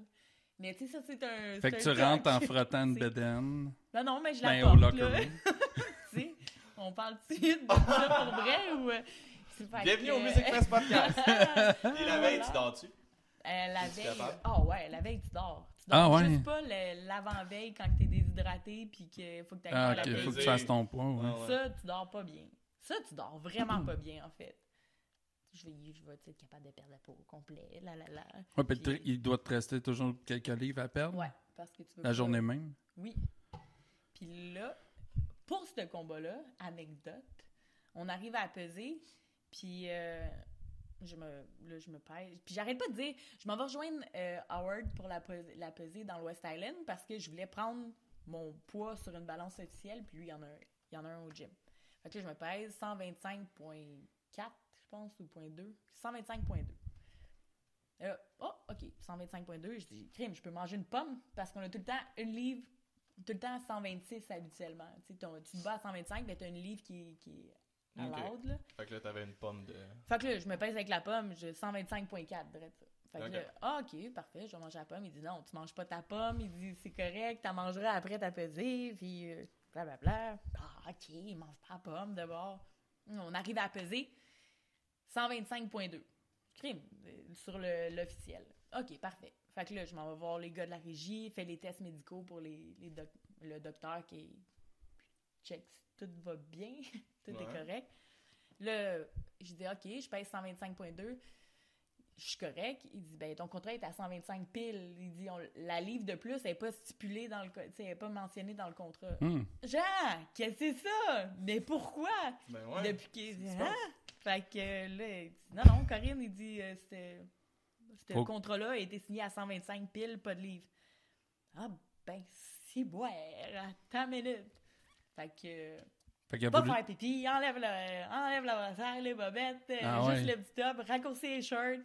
S3: Mais tu sais, ça, c'est un.
S2: Fait que tu
S3: c'est un
S2: rentres
S3: (laughs)
S2: en
S3: toc.
S2: frottant une
S3: C'est-
S2: bedaine,
S3: Non, non, mais je la
S2: ben au
S3: porte,
S2: locker
S3: là.
S2: room.
S3: tu sais, on parle-tu de ça pour vrai ou. euh, c'est- fait
S1: Bienvenue
S3: que-
S1: au Music
S3: (laughs)
S1: Fest Podcast! Et la veille, tu
S3: Voilà.
S1: dors-tu?
S3: Euh, la
S1: Es-tu
S3: veille.
S1: capable?
S3: Ah ouais, la veille, tu dors. Tu
S2: Ah
S3: dors
S2: ouais.
S3: juste pas le- l'avant-veille quand t'es déshydraté puis qu'il faut que t'ailles
S2: Ah,
S3: faire
S2: OK.
S3: la
S2: Faut que
S3: pesée.
S2: tu fasses ton poids, ouais.
S1: Ouais, ouais.
S3: Ça, tu dors pas bien. Ça, tu dors vraiment pas bien, en fait. Je vais, je vais être capable de perdre la peau au complet. La, la, la.
S2: Ouais, puis
S3: Puis-
S2: il doit te rester toujours quelques livres à perdre
S3: Ouais, parce que tu veux
S2: la
S3: pas-
S2: journée même.
S3: Oui. Puis là, pour ce combat-là, anecdote, on arrive à peser, puis euh, je me, là, je me pèse. Puis j'arrête pas de dire, je m'en vais rejoindre euh, Howard pour la, pes- la peser dans le West Island parce que je voulais prendre mon poids sur une balance officielle, puis lui, il y en a Il y en a un au gym. Fait que là, je me pèse 125.4, je pense, ou 0.2. 125.2. Là, oh, OK, 125.2. Je dis, crime, je peux manger une pomme parce qu'on a tout le temps une livre, tout le temps à 126 habituellement. Tu, sais, ton- tu te bats à 125, mais t'as une livre qui, qui est à
S1: Ok.
S3: l'aude, là.
S1: Fait que là, t'avais une pomme de.
S3: Fait que là, je me pèse avec la pomme, j'ai 125.4, drette ça. Fait que
S1: Ok.
S3: là, ah, ok, parfait, je vais manger la pomme. Il dit non, tu manges pas ta pomme. Il dit c'est correct, t'en mangeras après ta pesée, puis euh, blablabla. Ah, ok, mange pas la pomme d'abord. Hum, On arrive à peser 125.2. Crime, euh, sur le- l'officiel. Ok, parfait. Fait que là, je m'en vais voir les gars de la régie, fais les tests médicaux pour les, les doc- le docteur qui check si tout va bien, (laughs) tout
S1: Ouais.
S3: est correct. Là, je dis OK, je pèse 125.2. Je suis correct. Il dit ben ton contrat est à 125 piles. Il dit on- la livre de plus elle n'est pas stipulée dans le co- tu sais, elle n'est pas mentionnée dans le contrat.
S2: Hmm.
S3: Jean, qu'est-ce que c'est ça Mais pourquoi
S1: Ben ouais.
S3: Depuis qu'il
S1: tu
S3: Hein? fait que euh, là il dit, non non, Corinne il dit euh, c'était ce
S2: Faut-
S3: contrat-là a été signé à 125 piles, pas de livre. Ah ben si boire, attends une minute. Fait que euh,
S2: Fait qu'il a
S3: pas
S2: voulu-
S3: faire pipi, enlève le, enlève la brassière, les bobettes, euh,
S2: Ah
S3: juste
S2: ouais.
S3: le petit top, raccourci les shirts,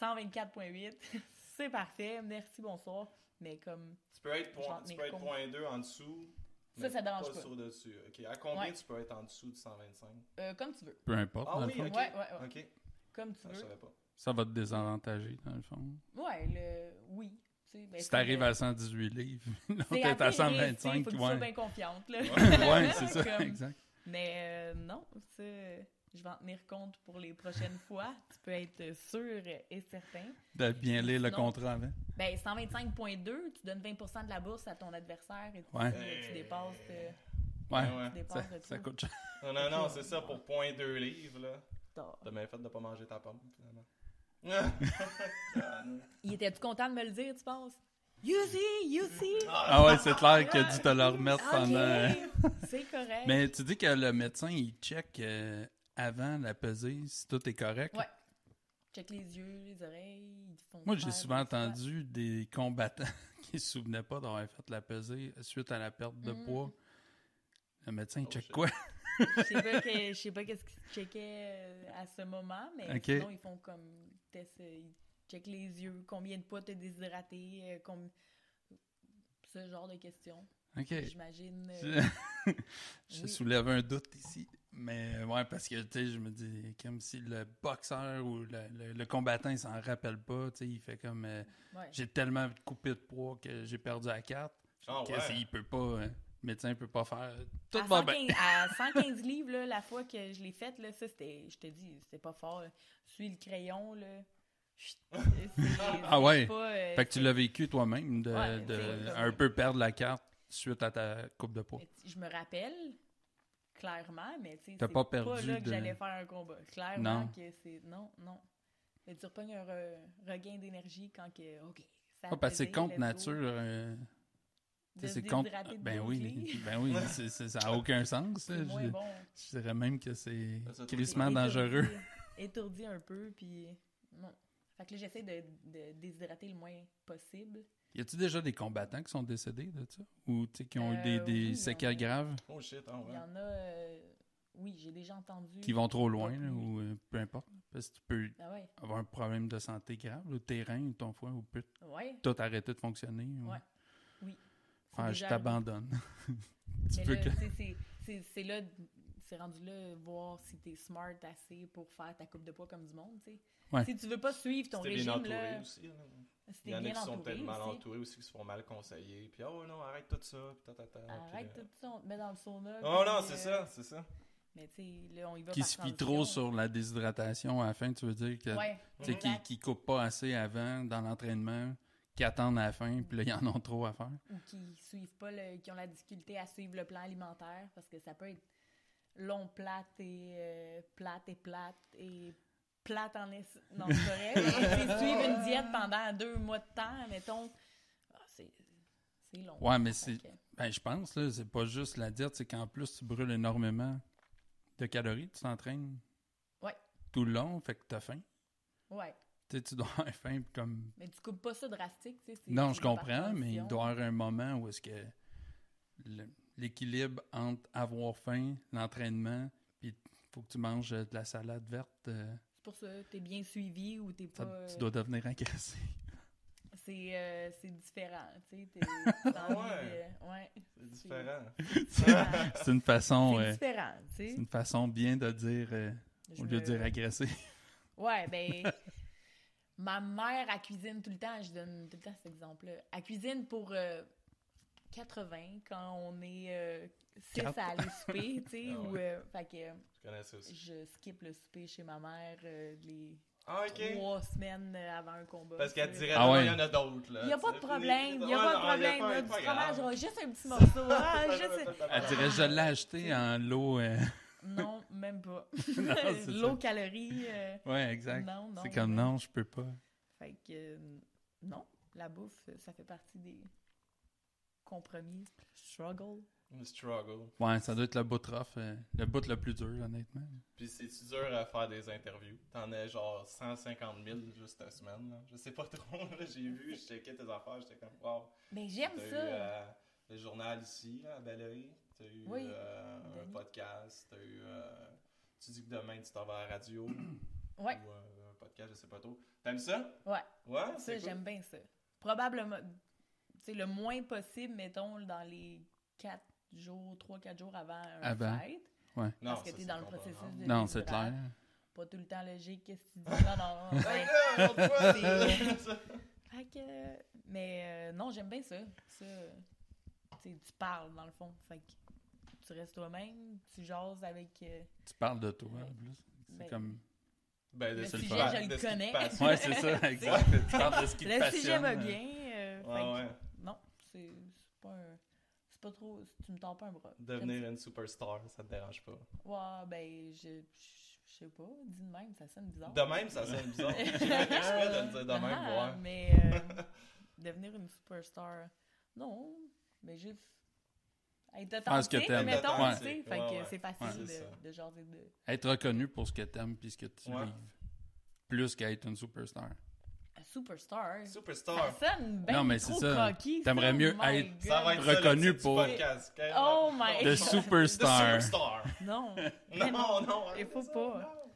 S3: 124.8. (laughs) C'est parfait, merci, bonsoir. Mais comme,
S1: Tu peux être,
S3: Je vais
S1: point,
S3: en
S1: tu
S3: tenir
S1: peux être
S3: compte.
S1: point 2 en dessous.
S3: Ça,
S1: mais
S3: ça dérange pas.
S1: sur dessus. Ok. À combien
S3: Ouais.
S1: tu peux être en dessous de 125
S3: euh, comme tu veux.
S2: Peu importe,
S1: Ah
S2: dans
S1: oui,
S2: le
S1: ok.
S2: fond.
S3: Ouais, ouais, ouais.
S1: Ok.
S3: Comme tu
S1: Ah, je
S3: veux.
S1: savais pas.
S2: Ça va te désavantager, dans le fond.
S3: Ouais, le... oui. tu sais, ben,
S2: si
S3: c'est-
S2: t'arrives à 118 livres, (laughs) là,
S3: c'est
S2: t'es à
S3: atterré, tu sais,
S2: 125.
S3: Faut que tu sois
S2: (laughs) Ouais,
S3: bien confiante, là. (laughs)
S2: ouais c'est ça,
S3: Comme-
S2: exact.
S3: Mais euh, non, ça, je vais en tenir compte pour les prochaines fois. Tu peux être sûr et certain.
S2: De bien lire le
S3: Non.
S2: contrat avant.
S3: Ben, 125.2, tu donnes 20 de la bourse à ton adversaire et tu,
S2: Ouais.
S3: tu dépasses. euh,
S2: Ouais,
S1: Ah Ouais.
S3: tu dépasses de
S2: Ça,
S3: trop.
S2: ça coûte cher.
S1: Non, non, non, c'est ça pour point 2 livres. là.
S3: tard.
S1: T'as bien fait de pas manger ta pomme,
S3: (laughs)
S1: finalement. Ah
S3: Il était-tu content de me le dire, tu penses? You see, you see!
S2: Ah ouais, c'est clair qu'il a dû te le remettre pendant.
S3: Ok, Ah, (laughs) C'est correct.
S2: Mais tu dis que le médecin, il check euh, avant la pesée si tout est correct.
S3: Ouais. Check les yeux, les oreilles, ils font
S2: Moi, j'ai
S3: faire
S2: souvent
S3: des fois.
S2: entendu des combattants (laughs) qui se souvenaient pas d'avoir fait la pesée suite à la perte de
S3: Mm.
S2: poids. Le médecin, il
S1: Oh,
S2: check
S1: shit.
S2: quoi? (laughs)
S3: Je sais pas que- je sais pas qu'est-ce qu'ils checkaient euh, à ce moment, mais
S2: Ok.
S3: sinon, ils font comme test, euh, ils checkent les yeux, combien de poids t'as déshydraté, euh, com- ce genre de questions,
S2: OK.
S3: j'imagine. euh,
S2: Je, (laughs) je
S3: oui.
S2: soulève un doute ici. Mais ouais, parce que, tu sais, je me dis, comme si le boxeur ou le, le- le combattant, il s'en rappelle pas, tu sais, il fait comme, euh,
S3: ouais.
S2: j'ai tellement coupé de poids que j'ai perdu la carte.
S1: Ah ouais.
S2: Qu'est-ce- Il peut pas, euh, le médecin peut pas faire, euh, tout
S3: à,
S2: va bien.
S3: 115, à
S2: (laughs)
S3: 115 livres, là, la fois que je l'ai faite, là, ça, c'était, je te dis, c'était pas fort. là. Suis le crayon, là.
S2: (laughs)
S3: Chut, c'est- c'est
S2: Ah ouais.
S3: pas, euh,
S2: Fait que tu l'as vécu toi-même, de,
S3: Ouais,
S2: de
S3: c'est-
S2: un peu perdre la carte suite à ta coupe de poids.
S3: Mais tu- Je me rappelle clairement, mais tu sais,
S2: T'as
S3: c'est
S2: pas
S3: pas,
S2: perdu
S3: là que
S2: de-
S3: j'allais faire un combat. Clairement
S2: Non.
S3: que c'est non, non. Mais tu repognes un re- regain d'énergie quand que OK. Ça
S2: Pas Ah, parce que c'est contre nature.
S3: nature.
S2: euh, tu sais, c'est contre. Ben oui, (laughs) ben oui, c'est- c'est- ça n'a aucun sens. là.
S3: c'est moins
S2: Je,
S3: bon.
S2: je dirais même que c'est
S1: Ça, ça doit
S2: crissement
S3: Étourdi-
S2: dangereux.
S3: (laughs) Étourdi un peu puis non. Fait que là j'essaie de, de déshydrater le moins possible.
S2: Y a-tu déjà des combattants qui sont décédés de ça? Ou tu sais, qui ont eu des,
S3: Euh,
S2: des
S3: oui, il y en
S2: séquelles
S3: a.
S2: graves
S1: oh shit, ah
S3: Il
S1: ouais.
S3: y en a euh, oui, j'ai déjà entendu
S2: qui vont trop loin,
S3: Pas
S2: là,
S3: plus.
S2: ou euh, peu importe? Parce que tu peux
S3: Ah ouais.
S2: avoir un problème de santé grave, le terrain, ou ton foie, ou peut
S3: Ouais.
S2: tout arrêter de fonctionner. ou-
S3: Ouais, oui. C'est
S2: Ah, je
S3: déjà arrivé.
S2: t'abandonne. (laughs) tu
S3: Mais
S2: peux
S3: là,
S2: que-
S3: tu sais, c'est- c'est- c'est là, c'est rendu là, voir si t'es smart assez pour faire ta coupe de poids comme du monde, tu sais.
S2: Ouais.
S3: Si tu veux pas suivre ton
S1: C'était
S3: régime,
S1: bien entouré
S3: là,
S1: aussi. là.
S3: si
S1: Il
S3: t'es
S1: y en a
S3: bien
S1: qui sont
S3: entouré
S1: peut-être mal
S3: aussi,
S1: entourés aussi, qui se font mal conseiller. Puis oh non, arrête tout ça. Puis ta, ta, ta, puis
S3: arrête
S1: là-
S3: tout ça, on te met dans le sauna.
S1: Oh
S3: puis,
S1: non, c'est
S3: euh,
S1: ça, c'est ça.
S3: Mais tu sais, là, on y va
S2: qui
S3: par
S2: se fie
S3: transition.
S2: trop sur la déshydratation à la fin, tu veux dire que
S3: Ouais,
S2: tu sais, qui,
S3: exact.
S2: qui coupent pas assez avant dans l'entraînement, qui attendent à la fin, puis là, ils en ont trop à faire.
S3: ou qui suivent pas le, qui ont la difficulté à suivre le plan alimentaire parce que ça peut être long plate et euh, plate et plate et plate en es... non c'est vrai suivre une diète pendant deux mois de temps mettons ah, c'est c'est long
S2: Ouais, mais
S3: Fait
S2: c'est.
S3: que-
S2: Ben, je pense, là, c'est pas juste la diète, c'est qu'en plus, tu brûles énormément de calories, tu t'entraînes
S3: Ouais.
S2: tout le long, fait que t'as faim.
S3: ouais
S2: Tu sais, tu dois avoir (laughs) faim, puis comme.
S3: mais tu coupes pas ça drastique tu sais c'est-
S2: Non,
S3: c'est
S2: je
S3: par
S2: comprends, mais il
S3: transition.
S2: doit y avoir un moment où est-ce que le, l'équilibre entre avoir faim, l'entraînement, puis faut que tu manges euh, de la salade verte, euh,
S3: C'est pour ça, t'es bien suivi ou t'es
S2: ça-
S3: pas. euh,
S2: tu dois devenir agressé.
S3: C'est euh, c'est différent, tu sais. t'es- t'as envie
S1: Ouais.
S3: de- euh,
S2: (laughs)
S3: ouais,
S2: Ah
S1: C'est différent.
S3: c'est différent.
S2: (laughs) C'est une façon,
S3: C'est
S2: euh,
S3: différent, tu
S2: c'est
S3: sais.
S2: une façon bien de dire, euh,
S3: Je
S2: au lieu de
S3: me-
S2: dire agressé. (laughs)
S3: Ouais, ben. (laughs) ma mère, elle cuisine tout le temps. Je donne tout le temps cet exemple-là. Elle cuisine pour euh, 80 quand on est 6
S2: Quatre.
S3: à aller souper, tu
S2: (laughs)
S3: sais.
S1: Ah ouais.
S3: ou, euh, fait que euh,
S1: Je connais ça aussi.
S3: je skip le souper chez ma mère euh, les
S1: Ah, ok.
S3: trois semaines euh, avant un combat.
S1: Parce qu'elle
S3: tu
S1: te
S3: sais.
S1: dirait,
S2: Ah
S1: non,
S2: ouais.
S1: il y en a d'autres. là.
S3: Il n'y a pas de
S1: C'est
S3: problème,
S1: fini.
S3: il n'y a pas de
S1: Ah, non, il y
S3: problème.
S1: a pas-
S3: là,
S1: il
S3: du
S1: y a pas grave.
S3: fromage, j'aurai juste un petit
S1: (laughs)
S3: morceau. Ah, juste...
S2: Elle dirait, je l'ai acheté en
S3: (laughs)
S2: l'eau. euh, (laughs)
S3: Non, même pas.
S2: Ah,
S3: (laughs)
S2: c'est
S3: Low
S2: ça.
S3: calorie. euh,
S2: Ouais, exact.
S3: Non, non.
S2: C'est comme
S3: non.
S2: non, je peux pas.
S3: Fait que euh, non, la bouffe, euh, ça fait partie des compromis, struggle.
S1: Struggle.
S2: Ouais, ça doit être le bout rough, euh, le bout le plus dur, honnêtement.
S1: Puis c'est-tu dur à faire des interviews? T'en as genre 150 000 juste une semaine. Là. Je sais pas trop, (laughs) là, j'ai vu, je checkais tes affaires, j'étais comme, wow.
S3: Mais j'aime
S1: T'as eu
S3: ça.
S1: euh, le journal ici, là, à Belleuil. T'as eu
S3: Oui,
S1: euh, un
S3: Denis.
S1: podcast. T'as eu. euh, tu dis que demain tu t'en vas à la radio.
S3: Ouais.
S1: Ou euh, un podcast, je sais pas trop. T'aimes ça?
S3: Ouais,
S1: Ouais,
S3: ça
S1: c'est cool.
S3: j'aime bien ça. Probablement tu sais le moins possible mettons dans les 4 jours, 3 4 jours avant un
S2: Avant.
S3: fight
S1: Non,
S3: parce que
S1: ça,
S3: t'es
S1: c'est
S3: dans le
S1: compréhensible.
S3: processus de
S2: Non,
S3: libre,
S2: c'est clair.
S3: Pas tout le temps logique qu'est-ce que tu
S1: (laughs)
S3: dis. Non non. non,
S1: Hey,
S3: ouais.
S1: là, l'autre
S3: (laughs)
S1: fois, c'est- ça.
S3: Fait que mais euh, non, j'aime bien ça. Ça tu sais, tu parles dans le fond, fait que tu restes toi-même, tu jases avec euh,
S2: Tu parles de toi, en
S3: Ouais.
S2: plus. C'est
S3: Ben, (laughs)
S2: comme.
S1: Ben, de
S3: Le
S1: ce qui
S2: sujet,
S1: te
S3: je
S1: pa-
S3: le
S1: de ce qui te
S3: connais.
S1: passionne.
S3: (laughs)
S2: Ouais, c'est ça, exact. tu parles de ce qui te
S3: Le
S2: passionne.
S3: sujet va
S2: euh,
S3: bien. euh, fait
S1: Ouais,
S3: que-
S1: ouais.
S3: Non, c'est c'est pas un. C'est pas trop. Tu me tends pas un bras.
S1: Devenir une superstar, ça te dérange pas.
S3: Ouais, ben, je. je- Je sais pas, dis de même, ça sonne bizarre.
S1: De même, ça
S3: (laughs)
S1: sonne bizarre. J'ai fait exprès de le dire de même,
S3: Ah,
S1: ouais.
S3: Mais
S1: (laughs)
S3: euh, devenir une superstar, non, mais juste. Être
S2: Faire ce que
S3: authentique,
S2: t'aimes.
S3: mettons,
S1: Ouais.
S3: tu sais. Fait
S1: Ouais,
S3: que
S1: ouais.
S3: c'est facile
S1: Ouais. C'est ça.
S3: de, de jaser de.
S2: Être reconnu pour ce que t'aimes puis ce que tu
S1: Ouais.
S2: livres. Plus qu'à être une superstar.
S3: Superstar.
S1: Superstar.
S3: Ça sonne bien
S2: Non, mais
S3: trop
S2: c'est ça.
S3: croquis,
S2: T'aimerais
S3: ça,
S2: mieux
S3: my
S2: être-
S3: God.
S1: Ça va être ça,
S2: Reconnu
S1: le titre du
S2: pour-
S1: podcast, quand même.
S3: Oh my-
S2: The
S3: The
S2: superstar.
S1: The superstar.
S3: (laughs) Non.
S1: Non,
S3: Mais
S1: non,
S3: non,
S1: arrêtez
S3: il faut
S1: ça,
S3: pas.
S1: non.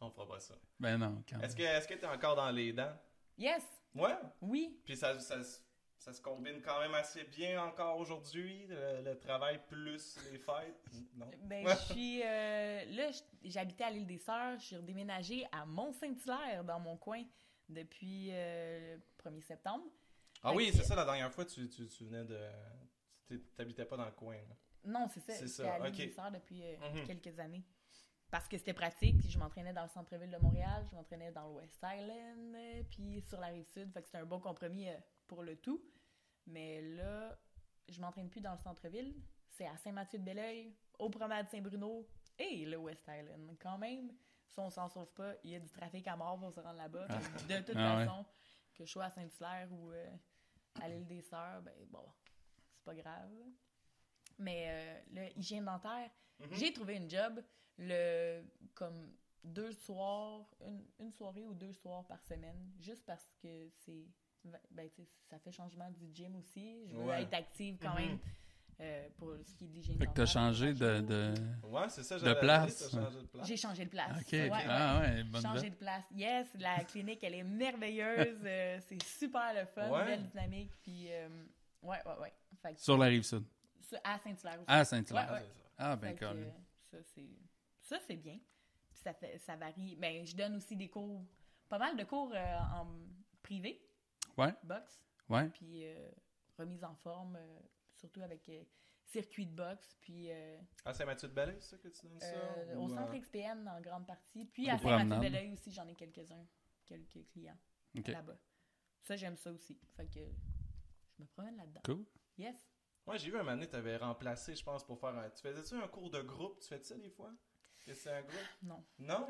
S1: On fera pas ça.
S2: Ben non, quand même.
S1: Est-ce que est-ce que t'es encore dans les dents?
S3: Yes,
S1: Ouais.
S3: oui.
S1: Puis ça, ça, se- ça se combine quand même assez bien encore aujourd'hui, le, le travail plus les fêtes. Non.
S3: Ben, je suis. euh, là, je- j'habitais à l'île des Sœurs. Je suis redéménagée à Mont-Saint-Hilaire, dans mon coin, depuis euh, le 1er septembre.
S1: Ah oui,
S3: Ok.
S1: c'est ça, la dernière fois, tu, tu, tu venais de... tu- T'habitais pas dans le coin. là.
S3: Non, c'est ça.
S1: C'est
S3: J'étais
S1: ça,
S3: à l'île
S1: ok.
S3: des Sœurs depuis euh,
S1: Mhm.
S3: quelques années. Parce que c'était pratique. Je m'entraînais dans le centre-ville de Montréal, je m'entraînais dans l'Ouest Island, euh, puis sur la rive sud. Fait que c'était un bon compromis euh, pour le tout. Mais là, je m'entraîne plus dans le centre-ville. C'est à Saint-Mathieu-de-Belleuil, aux promenades Saint-Bruno et le West Island. Quand même, si on s'en sauve pas, il y a du trafic à mort pour se rendre là-bas. Fait que De toute
S2: Ah ouais.
S3: façon, que je sois à Saint-Hilaire ou euh, à l'île des Sœurs, ben bon, c'est pas grave. Mais euh, là, hygiène dentaire,
S1: Mhm.
S3: j'ai trouvé une job le comme deux soirs, une, une soirée ou deux soirs par semaine, juste parce que c'est. Ben, tu sais, ça fait changement du gym aussi. Je veux
S1: Ouais.
S3: être active quand
S1: Mhm.
S3: même euh, pour ce qui est de l'hygiène
S2: Fait que t'as
S3: dentaire,
S2: changé
S3: les
S2: de.
S3: rachos.
S2: de...
S1: Ouais, c'est ça,
S2: De
S1: j'avais
S2: place.
S1: dit, t'as changé de place.
S3: J'ai changé de place.
S2: Ok, ok.
S3: Ouais, ouais.
S2: ah ouais, bonne
S3: Changer
S2: nouvelle.
S3: de place. Yes,
S2: (laughs)
S3: la clinique, elle est merveilleuse. euh, c'est super le fun,
S1: Ouais.
S3: belle dynamique. Puis, euh, ouais, ouais, ouais. Fait que,
S2: Sur la rive sud.
S3: ça, à Saint-Hilaire aussi.
S2: À
S1: Ouais,
S2: Saint-Hilaire.
S3: Ouais.
S1: c'est ça.
S3: Fait
S2: Ah, ben
S3: que,
S2: quand
S3: euh, ça, c'est ça, c'est bien. Puis ça, fait- ça varie. Ben, je donne aussi des cours, pas mal de cours euh, en privé.
S2: Ouais.
S3: Boxe,
S2: Ouais.
S3: puis euh, remise en forme, euh, surtout avec euh, circuit de boxe, puis euh,
S1: Ah, c'est Mathieu de Ballet, c'est ça que tu donnes ça?
S3: euh,
S1: Ou,
S3: au
S1: euh,
S3: centre XPN en grande partie. Puis
S2: Aux
S3: à saint
S2: promenades.
S3: belleuil aussi, j'en ai quelques-uns, quelques clients
S2: Ok.
S3: là-bas. Ça, j'aime ça aussi. Fait que je me promène là-dedans.
S2: Cool.
S3: Yes.
S1: euh, Ouais, j'ai vu un moment donné, t'avais remplacé, je pense, pour faire un. Tu faisais-tu un cours de groupe? Tu fais ça des fois? Que c'est un groupe?
S3: Non.
S1: Non?
S3: Non,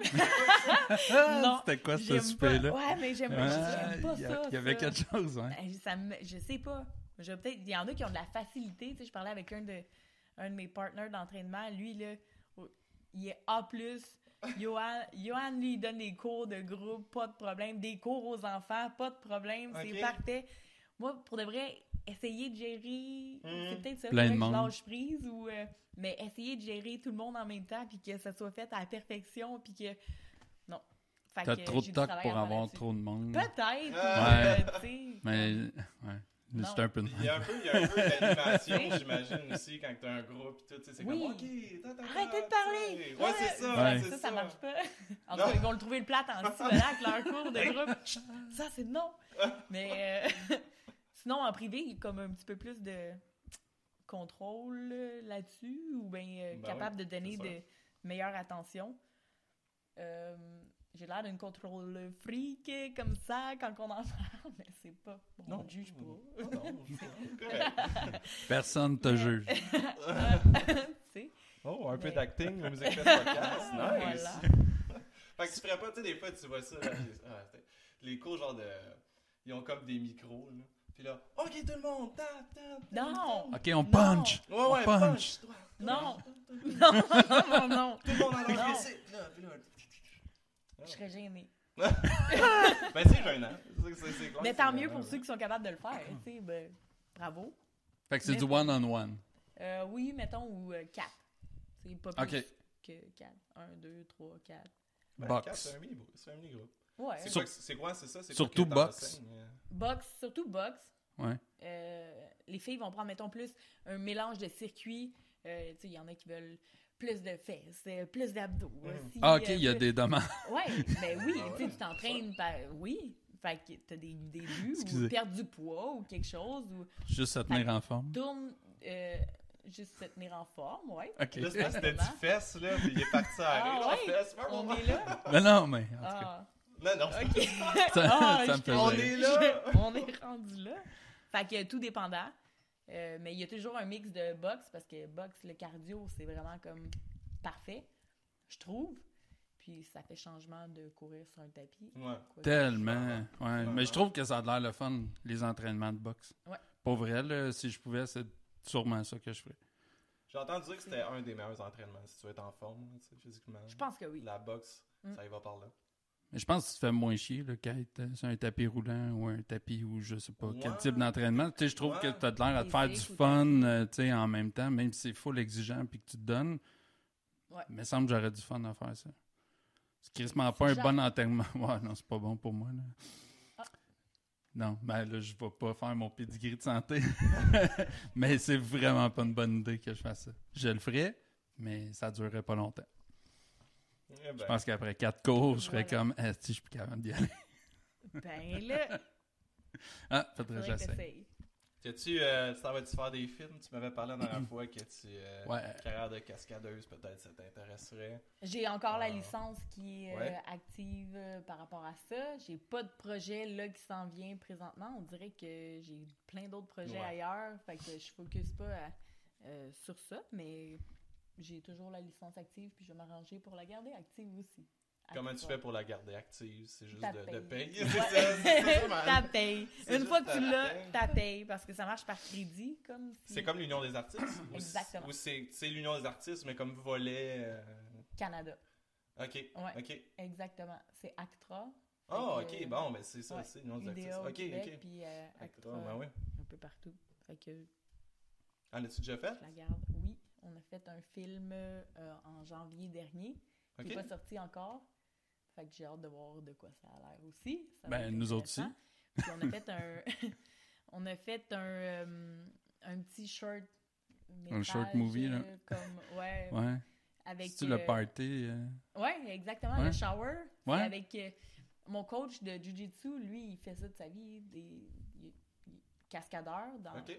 S2: Ah, C'était quoi ce
S3: J'aime pas-
S2: souper-là?
S3: Ouais, mais j'aime
S2: Ah,
S3: j'aime pas
S2: il y, a-
S3: ça.
S2: il y avait
S3: ça.
S2: quelque chose, hein?
S3: Ben, ça me- je sais pas. Je vais peut-être, il y en a qui ont de la facilité. Tu sais, je parlais avec un de, un de mes partenaires d'entraînement. Lui, là, au- il est A+. Johan, Johan, lui, il donne des cours de groupe, pas de problème. Des cours aux enfants, pas de problème.
S1: Ok.
S3: C'est parfait. Moi, pour de vrai, essayer de gérer.
S1: Mm.
S3: C'est peut-être ça,
S2: Plein
S3: faudrait
S2: de
S3: que je
S2: monde.
S3: lâche prise ou. euh, mais essayer de gérer tout le monde en même temps puis que ça soit fait à la perfection puis que. Non. Fait
S2: T'as
S3: que j'ai
S2: trop de
S3: du
S2: toc
S3: travail
S2: pour
S3: à faire
S2: avoir
S3: là-dessus.
S2: trop de monde.
S3: Peut-être.
S1: Ouais.
S3: ou, euh, tu sais.
S2: Mais, ouais,
S3: Non.
S2: c'est un peu de
S1: Il y a un peu, il y a un peu
S3: (laughs)
S1: d'animation, j'imagine, aussi, quand t'as un groupe, pis tout, tu sais, c'est
S3: Oui.
S1: comme, OK, ta, ta, ta,
S3: Arrêtez de
S1: tu sais.
S3: parler!
S1: Ouais, c'est ça,
S2: Ouais.
S1: c'est
S3: Ça,
S1: ça.
S3: ça marche pas. En
S1: Non.
S3: tout cas, ils vont le trouver le plat en avec
S1: (laughs)
S3: leur cours de groupe. Ça, c'est non. Mais euh, (laughs) sinon, en privé, il y a comme un petit peu plus de contrôle euh, là-dessus ou bien euh,
S1: Ben
S3: capable de donner
S1: c'est sûr.
S3: de meilleures attentions. Euh, J'ai l'air d'une contrôle freak euh, comme ça quand on en parle, mais c'est pas. On
S1: Non.
S3: ne juge pas.
S1: Ah Non, je sais pas. Correct.
S2: Personne te juge.
S3: (laughs) Tu sais?
S1: Oh, un peu
S3: Mais-
S1: d'acting, la musique fait podcast, nice!
S3: (laughs) Voilà.
S1: Fait que tu ferais pas, tu sais, des fois, tu vois ça, là, pis, ah, t'sais, les cours, genre, de, ils ont comme des micros, là, pis là, « OK, tout le monde, tap, tap, tap,
S3: Non!
S2: Ok, on punch.
S1: tap. Ouais, ouais,
S2: on punch.
S1: punch! toi, toi,
S3: Non! (laughs)
S1: toi, toi.
S3: Non, non, non!
S1: Tout le monde
S3: Non.
S1: en anglais, c'est- là, pis là... (laughs)
S3: Je serais gênée.
S1: Ben, c'est gênant. C'est- c'est- c'est clair
S3: Mais
S1: que
S3: tant
S1: c'est
S3: mieux
S1: gênant,
S3: pour
S1: là.
S3: ceux qui sont capables de le faire, tu sais, ben, bravo.
S2: Fait que c'est
S3: Mais-
S2: du one-on-one.
S3: Euh, oui, mettons, ou 4. C'est pas plus
S2: Ok.
S3: que 4. 1, 2, 3, 4.
S1: Ben,
S2: Box.
S1: quatre, C'est un mini groupe. C'est un mini groupe.
S3: Ouais.
S1: C'est
S2: Sur-
S1: quoi, que- c'est quoi, c'est ça? c'est quoi
S2: surtout
S1: que
S2: box.
S1: t'enseignes, euh?
S3: Boxe, surtout boxe.
S2: Ouais.
S3: Euh, les filles vont prendre, mettons, plus un mélange de circuits. Euh, tu sais, il y en a qui veulent plus de fesses, euh, plus d'abdos.
S1: Mm.
S3: euh, si,
S2: Ah, ok,
S3: euh,
S2: il y a
S3: plus-
S2: des demandes.
S3: (laughs) Ouais, ben oui,
S1: Ah
S3: tu sais,
S1: ouais,
S3: tu t'entraînes, par... oui. Fait que t'as des débuts,
S2: Excusez.
S3: ou perdre du poids, ou quelque chose, ou
S2: Juste se tenir en forme.
S3: tourne, euh, juste se tenir en forme, ouais.
S2: Ok.
S1: Là,
S3: (laughs)
S1: c'est parce que t'as dit
S3: Exactement.
S1: fesses, là, puis il est parti à
S3: Ah
S1: rire.
S3: ouais?
S1: Oh, fesses, bravo.
S3: On est là.
S2: Mais non, mais en tout cas,
S3: Ah.
S1: Non, non, c'est-
S3: OK.
S2: (laughs) ça,
S3: Ah,
S2: ça me
S3: je-
S2: fait
S1: on
S2: rire.
S1: est là.
S3: (laughs) on est rendu là. Fait que tout dépendant. Euh, mais il y a toujours un mix de boxe parce que boxe, le cardio, c'est vraiment comme parfait, je trouve. Puis ça fait changement de courir sur un tapis.
S1: Ouais.
S3: Quoi que-
S2: Tellement. Ouais.
S1: Ouais.
S2: Mais je trouve que ça a l'air le fun, les entraînements de boxe.
S3: Ouais.
S2: Pour vrai, là, si je pouvais, c'est sûrement ça que je ferais.
S1: J'ai entendu dire que c'était un des meilleurs entraînements si tu veux être en forme, tu sais, physiquement.
S3: Je pense que oui.
S1: La boxe,
S3: Mm.
S1: ça y va par là.
S2: Mais je pense que tu te fais moins chier le kite euh, sur un tapis roulant ou un tapis ou je sais pas quel
S1: Ouais.
S2: type d'entraînement. Tu sais, je trouve
S1: Ouais.
S2: que tu as l'air à te faire du
S3: Physique ou
S2: fun
S3: tapis.
S2: euh, tu sais, en même temps, même si c'est full exigeant puis que tu te donnes.
S3: Ouais.
S2: Mais semble que j'aurais du fun à faire ça. C'est crissement
S3: C'est
S2: pas un
S3: genre-
S2: bon entraînement. (laughs) Ouais, non, c'est pas bon pour moi. Là.
S3: Ah.
S2: Non, ben là, je vais pas faire mon pedigree de santé. (laughs) mais c'est vraiment pas une bonne idée que je fasse ça. Je le ferais, mais ça durerait pas longtemps.
S1: Eh
S2: Je
S1: ben,
S2: pense qu'après quatre cours, je serais
S3: Voilà.
S2: comme, est je suis plus capable d'y aller?
S3: Ben
S2: (laughs)
S3: là,
S2: Ah, faudrait que
S3: faudrait que
S2: j'essaie.
S3: t'essayes.
S1: t'as-tu, euh, tu t'en vas-tu faire des films? Tu m'avais parlé la
S2: (clears throat)
S1: dernière fois que tu... euh,
S2: Ouais.
S1: Carrière de cascadeuse, peut-être, ça t'intéresserait.
S3: J'ai encore
S1: Ah.
S3: la licence qui est euh,
S1: Ouais.
S3: active euh, par rapport à ça. J'ai pas de projet là qui s'en vient présentement. On dirait que j'ai plein d'autres projets
S1: Ouais.
S3: ailleurs. Fait que je focus pas à- euh, sur ça, mais j'ai toujours la licence active puis je vais m'arranger pour la garder active aussi.
S1: Comment tu fais pour la garder active? C'est juste
S3: Ta
S1: de, de
S3: paye.
S1: payer.
S3: Ouais.
S1: (laughs) C'est ça, c'est ça, man.
S3: (laughs) ta paye.
S1: C'est
S3: Une
S1: juste
S3: fois que tu
S1: ta
S3: l'as,
S1: paye.
S3: ta paye parce que ça marche par crédit comme si
S1: C'est comme l'Union des artistes? ou c-
S3: Exactement.
S1: Ou c'est c'est l'Union des artistes, mais comme volet. euh,
S3: Canada.
S1: Ok.
S3: Ouais.
S1: Ok.
S3: Exactement, c'est ACTRA.
S1: Ah,
S3: Fait que,
S1: ok, bon, ben c'est ça,
S3: ouais,
S1: c'est l'Union des
S3: IDEA
S1: artistes.
S3: au
S1: Ok,
S3: Québec,
S1: ok.
S3: puis euh, ACTRA,
S1: Ah, ben oui.
S3: un peu partout. Fait que
S1: En as-tu déjà fait?
S3: Je la garde. Oui, on a fait un film euh, en janvier dernier qui n'est
S1: Ok.
S3: pas sorti encore. Fait que j'ai hâte de voir de quoi ça a l'air aussi. Ça va
S2: Ben,
S3: être
S2: nous autres aussi.
S3: intéressant. Puis
S2: (laughs)
S3: on a fait un, (laughs) on a fait un, euh, un petit short.
S2: Un short
S3: métrage,
S2: movie, là.
S3: euh, Comme, ouais.
S2: Ouais.
S3: Avec,
S2: C'est-tu le
S3: euh,
S2: party? euh?
S3: Ouais, exactement.
S2: Ouais.
S3: Le shower. c'est
S2: Ouais.
S3: Avec euh, mon coach de Jiu-Jitsu, lui, il fait ça de sa vie. Des, il, il est cascadeur dans
S1: Ok.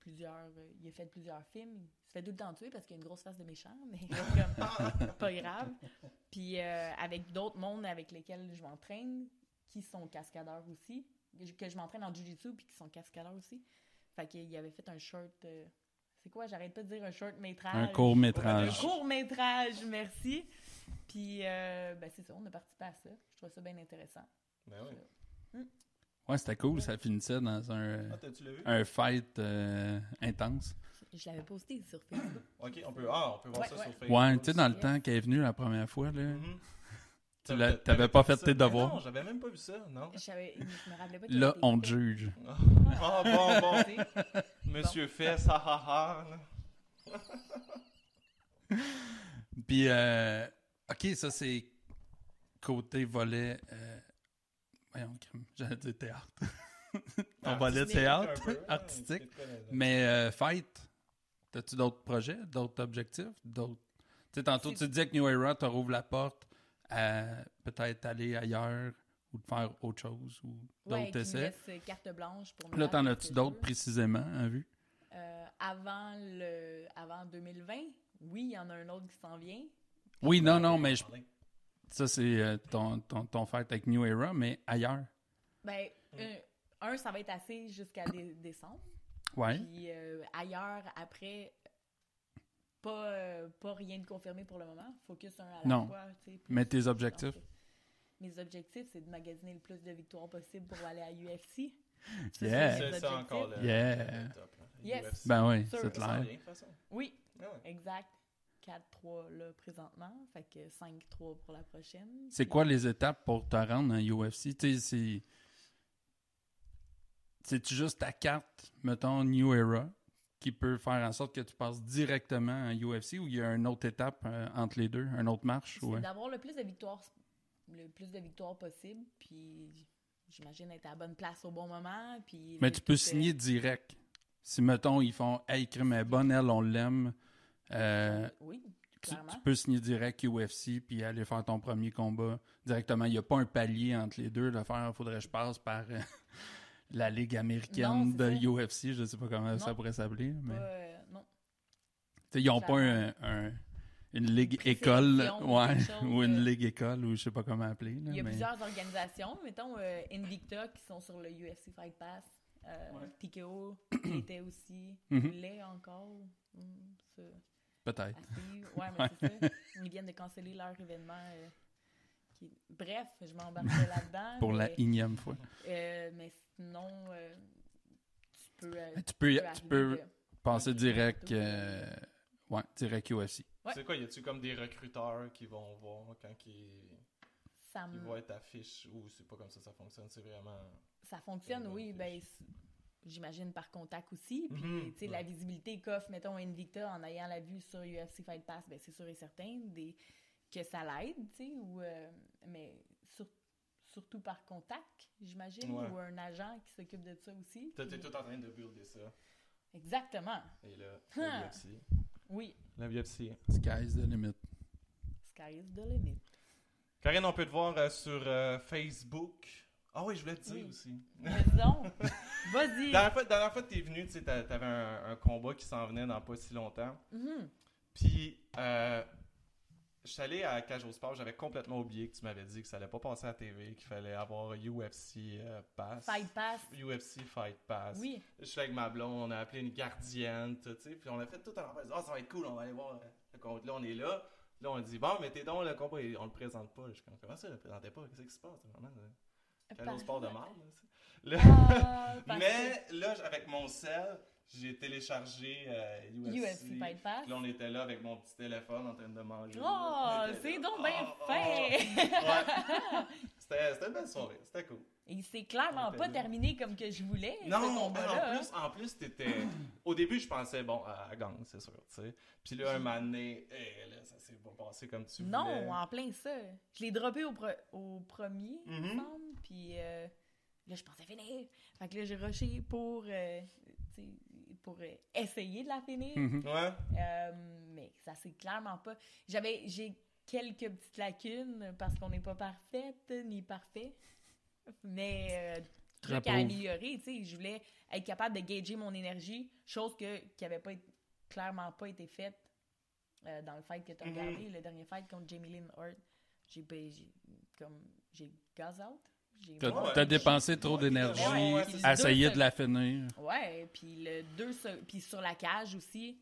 S3: plusieurs. euh, il a fait plusieurs films. Il se fait tout le temps tuer parce qu'il a une grosse face de méchant, mais (laughs)
S2: (laughs)
S3: comme, pas grave. Puis euh, avec d'autres mondes avec lesquels je m'entraîne, qui sont cascadeurs aussi, que je- que je m'entraîne en jiu-jitsu puis qui sont cascadeurs aussi. Fait qu'il avait fait un short. euh, c'est quoi J'arrête pas de dire un short métrage.
S2: Un court
S3: Un
S2: métrage.
S3: court métrage, merci. Puis euh, ben, c'est ça, on a participé à ça. Je trouve ça bien intéressant.
S1: Ben
S3: Euh.
S1: oui.
S2: Ouais, c'était cool, ça finissait dans un, euh,
S1: Ah, t'as-tu le vu?
S2: un fight euh, intense.
S3: Je l'avais posté sur Facebook.
S1: Ok, on peut, ah, on peut voir
S3: Ouais,
S1: ça
S3: ouais.
S1: sur Facebook.
S2: Ouais, tu sais, dans le
S3: yes.
S2: temps qu'elle est venue la première fois, là,
S1: Mhm.
S2: Tu l'as- t'avais pas fait
S1: ça?
S2: tes
S1: Mais
S2: devoirs.
S1: Non, j'avais même pas vu ça, non.
S3: Je, savais- je me rappelais pas qu'il y
S2: Là,
S3: avait Mm-hmm. des
S2: on te
S3: faits.
S2: juge.
S1: (laughs) Ah bon, bon.
S3: (laughs) Tu sais,
S1: Monsieur Fess, ah ah ah. là.
S2: Puis, euh, OK, ça, c'est côté volet. euh, voyons, crime, j'allais dire théâtre. Ton
S1: Ah,
S2: volet
S1: Artistique,
S2: théâtre,
S1: un peu, hein,
S2: artistique.
S1: c'est quoi, là, là?
S2: Mais euh, fête, t'as-tu d'autres projets, d'autres objectifs, d'autres... Tu sais, tantôt,
S3: C'est-
S2: tu disais que New Era te rouvre la porte à peut-être aller ailleurs ou de faire autre chose ou
S3: ouais,
S2: d'autres
S3: qui me
S2: essais.
S3: laisse, euh, carte blanche pour me
S2: Là,
S3: faire
S2: t'en
S3: ce
S2: as-tu
S3: que
S2: d'autres
S3: je veux.
S2: précisément hein, en vue?
S3: Euh, avant, le, avant 2020, oui, il y en a un autre qui s'en vient.
S2: Oui, non, non, mais je- ça, c'est euh, ton, ton, ton fête avec New Era, mais ailleurs.
S3: Ben,
S1: Mm.
S3: un, un, ça va être assez jusqu'à dé- décembre.
S2: Ouais.
S3: Puis euh, ailleurs, après, pas, euh, pas rien de confirmé pour le moment. Focus un à la
S2: Non.
S3: fois. tu sais, plus
S2: Mais tes
S3: sur-
S2: objectifs?
S3: Mes objectifs, c'est de magasiner le plus de victoires possible pour aller à
S2: (laughs)
S3: UFC. Ça,
S2: Yeah.
S3: c'est mes
S1: C'est
S3: objectifs.
S1: ça encore le,
S2: Eh. Yeah.
S1: le top. Là, le
S3: Yes.
S1: UFC.
S2: Ben oui,
S3: Sûr.
S2: c'est
S1: Ça s'en
S2: clair.
S1: vient, de toute façon.
S3: Oui,
S1: Ah ouais.
S3: exact. 4-3 là présentement. Fait que 5-3 pour la prochaine.
S2: C'est
S3: Puis-
S2: quoi les étapes pour te rendre en UFC? Tu sais, c'est... C'est-tu juste ta carte, mettons, New Era, qui peut faire en sorte que tu passes directement en UFC ou il y a une autre étape euh, entre les deux, une autre marche?
S3: C'est
S2: Ouais.
S3: d'avoir le plus de victoires le plus de victoires possible puis j'imagine être à la bonne place au bon moment puis
S2: Mais
S3: de
S2: tu
S3: tout,
S2: peux
S3: euh,
S2: signer direct. Si, mettons, ils font « Hey, crime est bonne, elle, on l'aime euh,
S3: oui
S2: tu,
S3: clairement
S2: tu peux signer direct UFC puis aller faire ton premier combat directement. Il n'y a pas un palier entre les deux de faire « Faudrait que je passe par euh, (laughs) la Ligue américaine
S3: Non, c'est ça.
S2: de UFC. » Je sais pas comment ça
S3: Non.
S2: pourrait s'appeler, mais...
S3: Pas, euh, non
S2: T'sais, ils n'ont pas un-
S3: Clairement.
S2: un- une ligue
S3: Une
S2: école,
S3: présélection ou
S2: ouais,
S3: quelque chose,
S2: (laughs) ou une
S3: euh,
S2: ligue école, ou je sais pas comment appeler. là,
S3: il y a
S2: mais-
S3: plusieurs organisations mettons euh, Invicta qui sont sur le UFC Fight Pass euh,
S2: Ouais. (coughs)
S3: TKO était aussi
S2: Mhm.
S3: il l'est encore Hum, ça,
S2: (laughs) Peut-être.
S3: à suivre. ouais mais c'est ça ils viennent de canceller leur événement euh, qui- bref je m'embarquais là-dedans
S2: Pour la
S3: mais-
S2: énième fois.
S3: Euh, mais sinon, euh, tu peux. euh, tu
S2: Tu peux,
S3: peux
S2: tu
S3: arriver euh,
S2: peux
S3: de-
S2: passer
S3: arriver
S2: direct,
S3: partout.
S2: euh, ouais, direct UFC.
S3: Ouais.
S1: C'est quoi, y a-tu comme des recruteurs qui vont voir quand ils,
S3: Ça,
S1: ils
S3: me-
S1: voient ta fiche ou c'est pas comme ça ça fonctionne, c'est vraiment.
S3: ça fonctionne,
S1: Une bonne
S3: oui.
S1: fiche.
S3: Ben, c- j'imagine par contact
S2: Mm.
S3: aussi. Puis,
S1: Mhm,
S3: tu sais,
S1: ouais.
S3: la visibilité qu'offre, mettons, Invicta en ayant la vue sur UFC Fight Pass, ben, c'est sûr et certain des... que ça l'aide, tu sais, ou. euh, mais sur- Surtout par contact, j'imagine,
S1: Ouais.
S3: ou un agent qui s'occupe de ça aussi.
S1: T'es t'es
S3: puis-
S1: tout en train de builder ça.
S3: Exactement.
S1: Et là,
S3: Ah.
S1: la biopsie.
S3: Oui.
S1: La biopsie.
S2: Sky's the limit.
S3: Sky is the
S1: (laughs)
S3: limit.
S1: Karine, on peut te voir euh, sur euh, Facebook. Ah oui, je voulais te dire
S3: Oui.
S1: aussi.
S3: Mais donc, vas-y.
S1: Dans la fois, dernière fois que t'es venu, tu sais, t'a- t'avais un, un combat qui s'en venait dans pas si longtemps.
S3: Mhm.
S1: Puis, euh, je suis allé à Cage au Sport, j'avais complètement oublié que tu m'avais dit que ça allait pas passer à la TV, qu'il fallait avoir UFC euh, Pass.
S3: Fight Pass.
S1: UFC Fight Pass.
S3: Oui.
S1: Je suis avec ma blonde, on a appelé une gardienne, tout, tu sais, puis on a fait tout à l'envers. Ah, ça va être cool, on va aller voir euh, le combat. Là, on est là. Là, on dit, bon, mettez donc le combat, et on le présente pas. Je suis comme, comment ça, on le présentait pas? Qu'est-ce qui se passe? Vraiment, euh, quel
S3: Par-
S1: autre sport de marde, là, ça? Là- (laughs)
S3: Ah, parce
S1: Mais là, j- avec mon sel, j'ai téléchargé euh,
S3: que
S1: UFC.
S3: UFC Fight Pass.
S1: Puis Là, on était là avec mon petit téléphone en train de manger.
S3: Oh,
S1: On était
S3: c'est
S1: là.
S3: donc bien
S1: Oh,
S3: fin!
S1: oh. Ouais. (laughs) C'était c'était une belle soirée, c'était cool.
S3: (laughs) Et c'est clairement
S1: On
S3: pas
S1: était là.
S3: terminé comme que je voulais. ce
S1: Non, ben,
S3: combat-là,
S1: en
S3: hein.
S1: plus, en plus, t'étais. Au début, je pensais, bon, à gang, c'est sûr, tu sais. Puis là, un moment donné, eh, là, ça s'est pas passé comme tu
S3: Non,
S1: voulais.
S3: en plein ça. Je l'ai droppé au, pre- au premier, il me
S1: Mhm.
S3: semble, puis euh, là, je pensais finir. Fait que là, j'ai rushé pour, euh, tu sais, pour euh, essayer de la finir.
S1: Hmm.
S2: Mhm.
S1: Ouais.
S3: Euh, mais ça c'est clairement pas. J'avais, j'ai quelques petites lacunes parce qu'on n'est pas parfaite ni parfait, mais euh, truc à
S2: Rapprouve.
S3: améliorer. Tu sais, je voulais être capable de gager mon énergie, chose que qui avait pas été- clairement pas été faite euh, dans le fight que tu as
S1: Mhm.
S3: regardé, le dernier fight contre Jamie Lynn Hart. J'ai, ben, j'ai- comme j'ai gaz out. J'ai
S2: T'as
S1: Ouais.
S2: t'as dépensé trop
S1: Ouais,
S2: d'énergie
S1: ouais, ouais,
S3: c'est ça.
S2: à essayer de la finir.
S3: Ouais, puis le deux se- puis sur la cage aussi,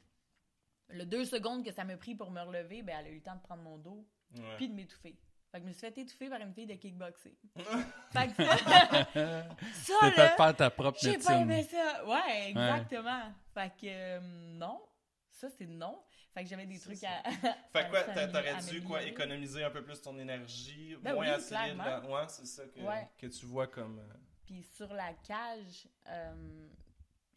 S3: le deux secondes que ça me pris pour me relever, ben elle a eu le temps de prendre mon dos
S1: Ouais.
S3: puis de m'étouffer. Fait que je me suis fait étouffer par une fille de
S1: (laughs)
S3: kickboxing. fait que ça,
S2: T'as
S3: ça
S2: fait
S3: là,
S2: faire ta propre
S3: j'ai pas
S2: médecine.
S3: aimé ça. Ouais, exactement. Fait que euh, non, ça c'est non. Fait que j'avais des
S1: C'est
S3: trucs
S1: ça.
S3: à.
S1: Fait
S3: à
S1: que quoi,
S3: s'amé-
S1: t'a- t'aurais dû
S3: améliorer.
S1: quoi, économiser un peu plus ton énergie,
S3: Ben
S1: moins
S3: oui,
S1: attirer de la...
S3: clairement.
S1: Ouais, c'est ça que,
S3: Ouais.
S1: que tu vois comme... euh,
S3: (laughs) Puis sur la cage, euh,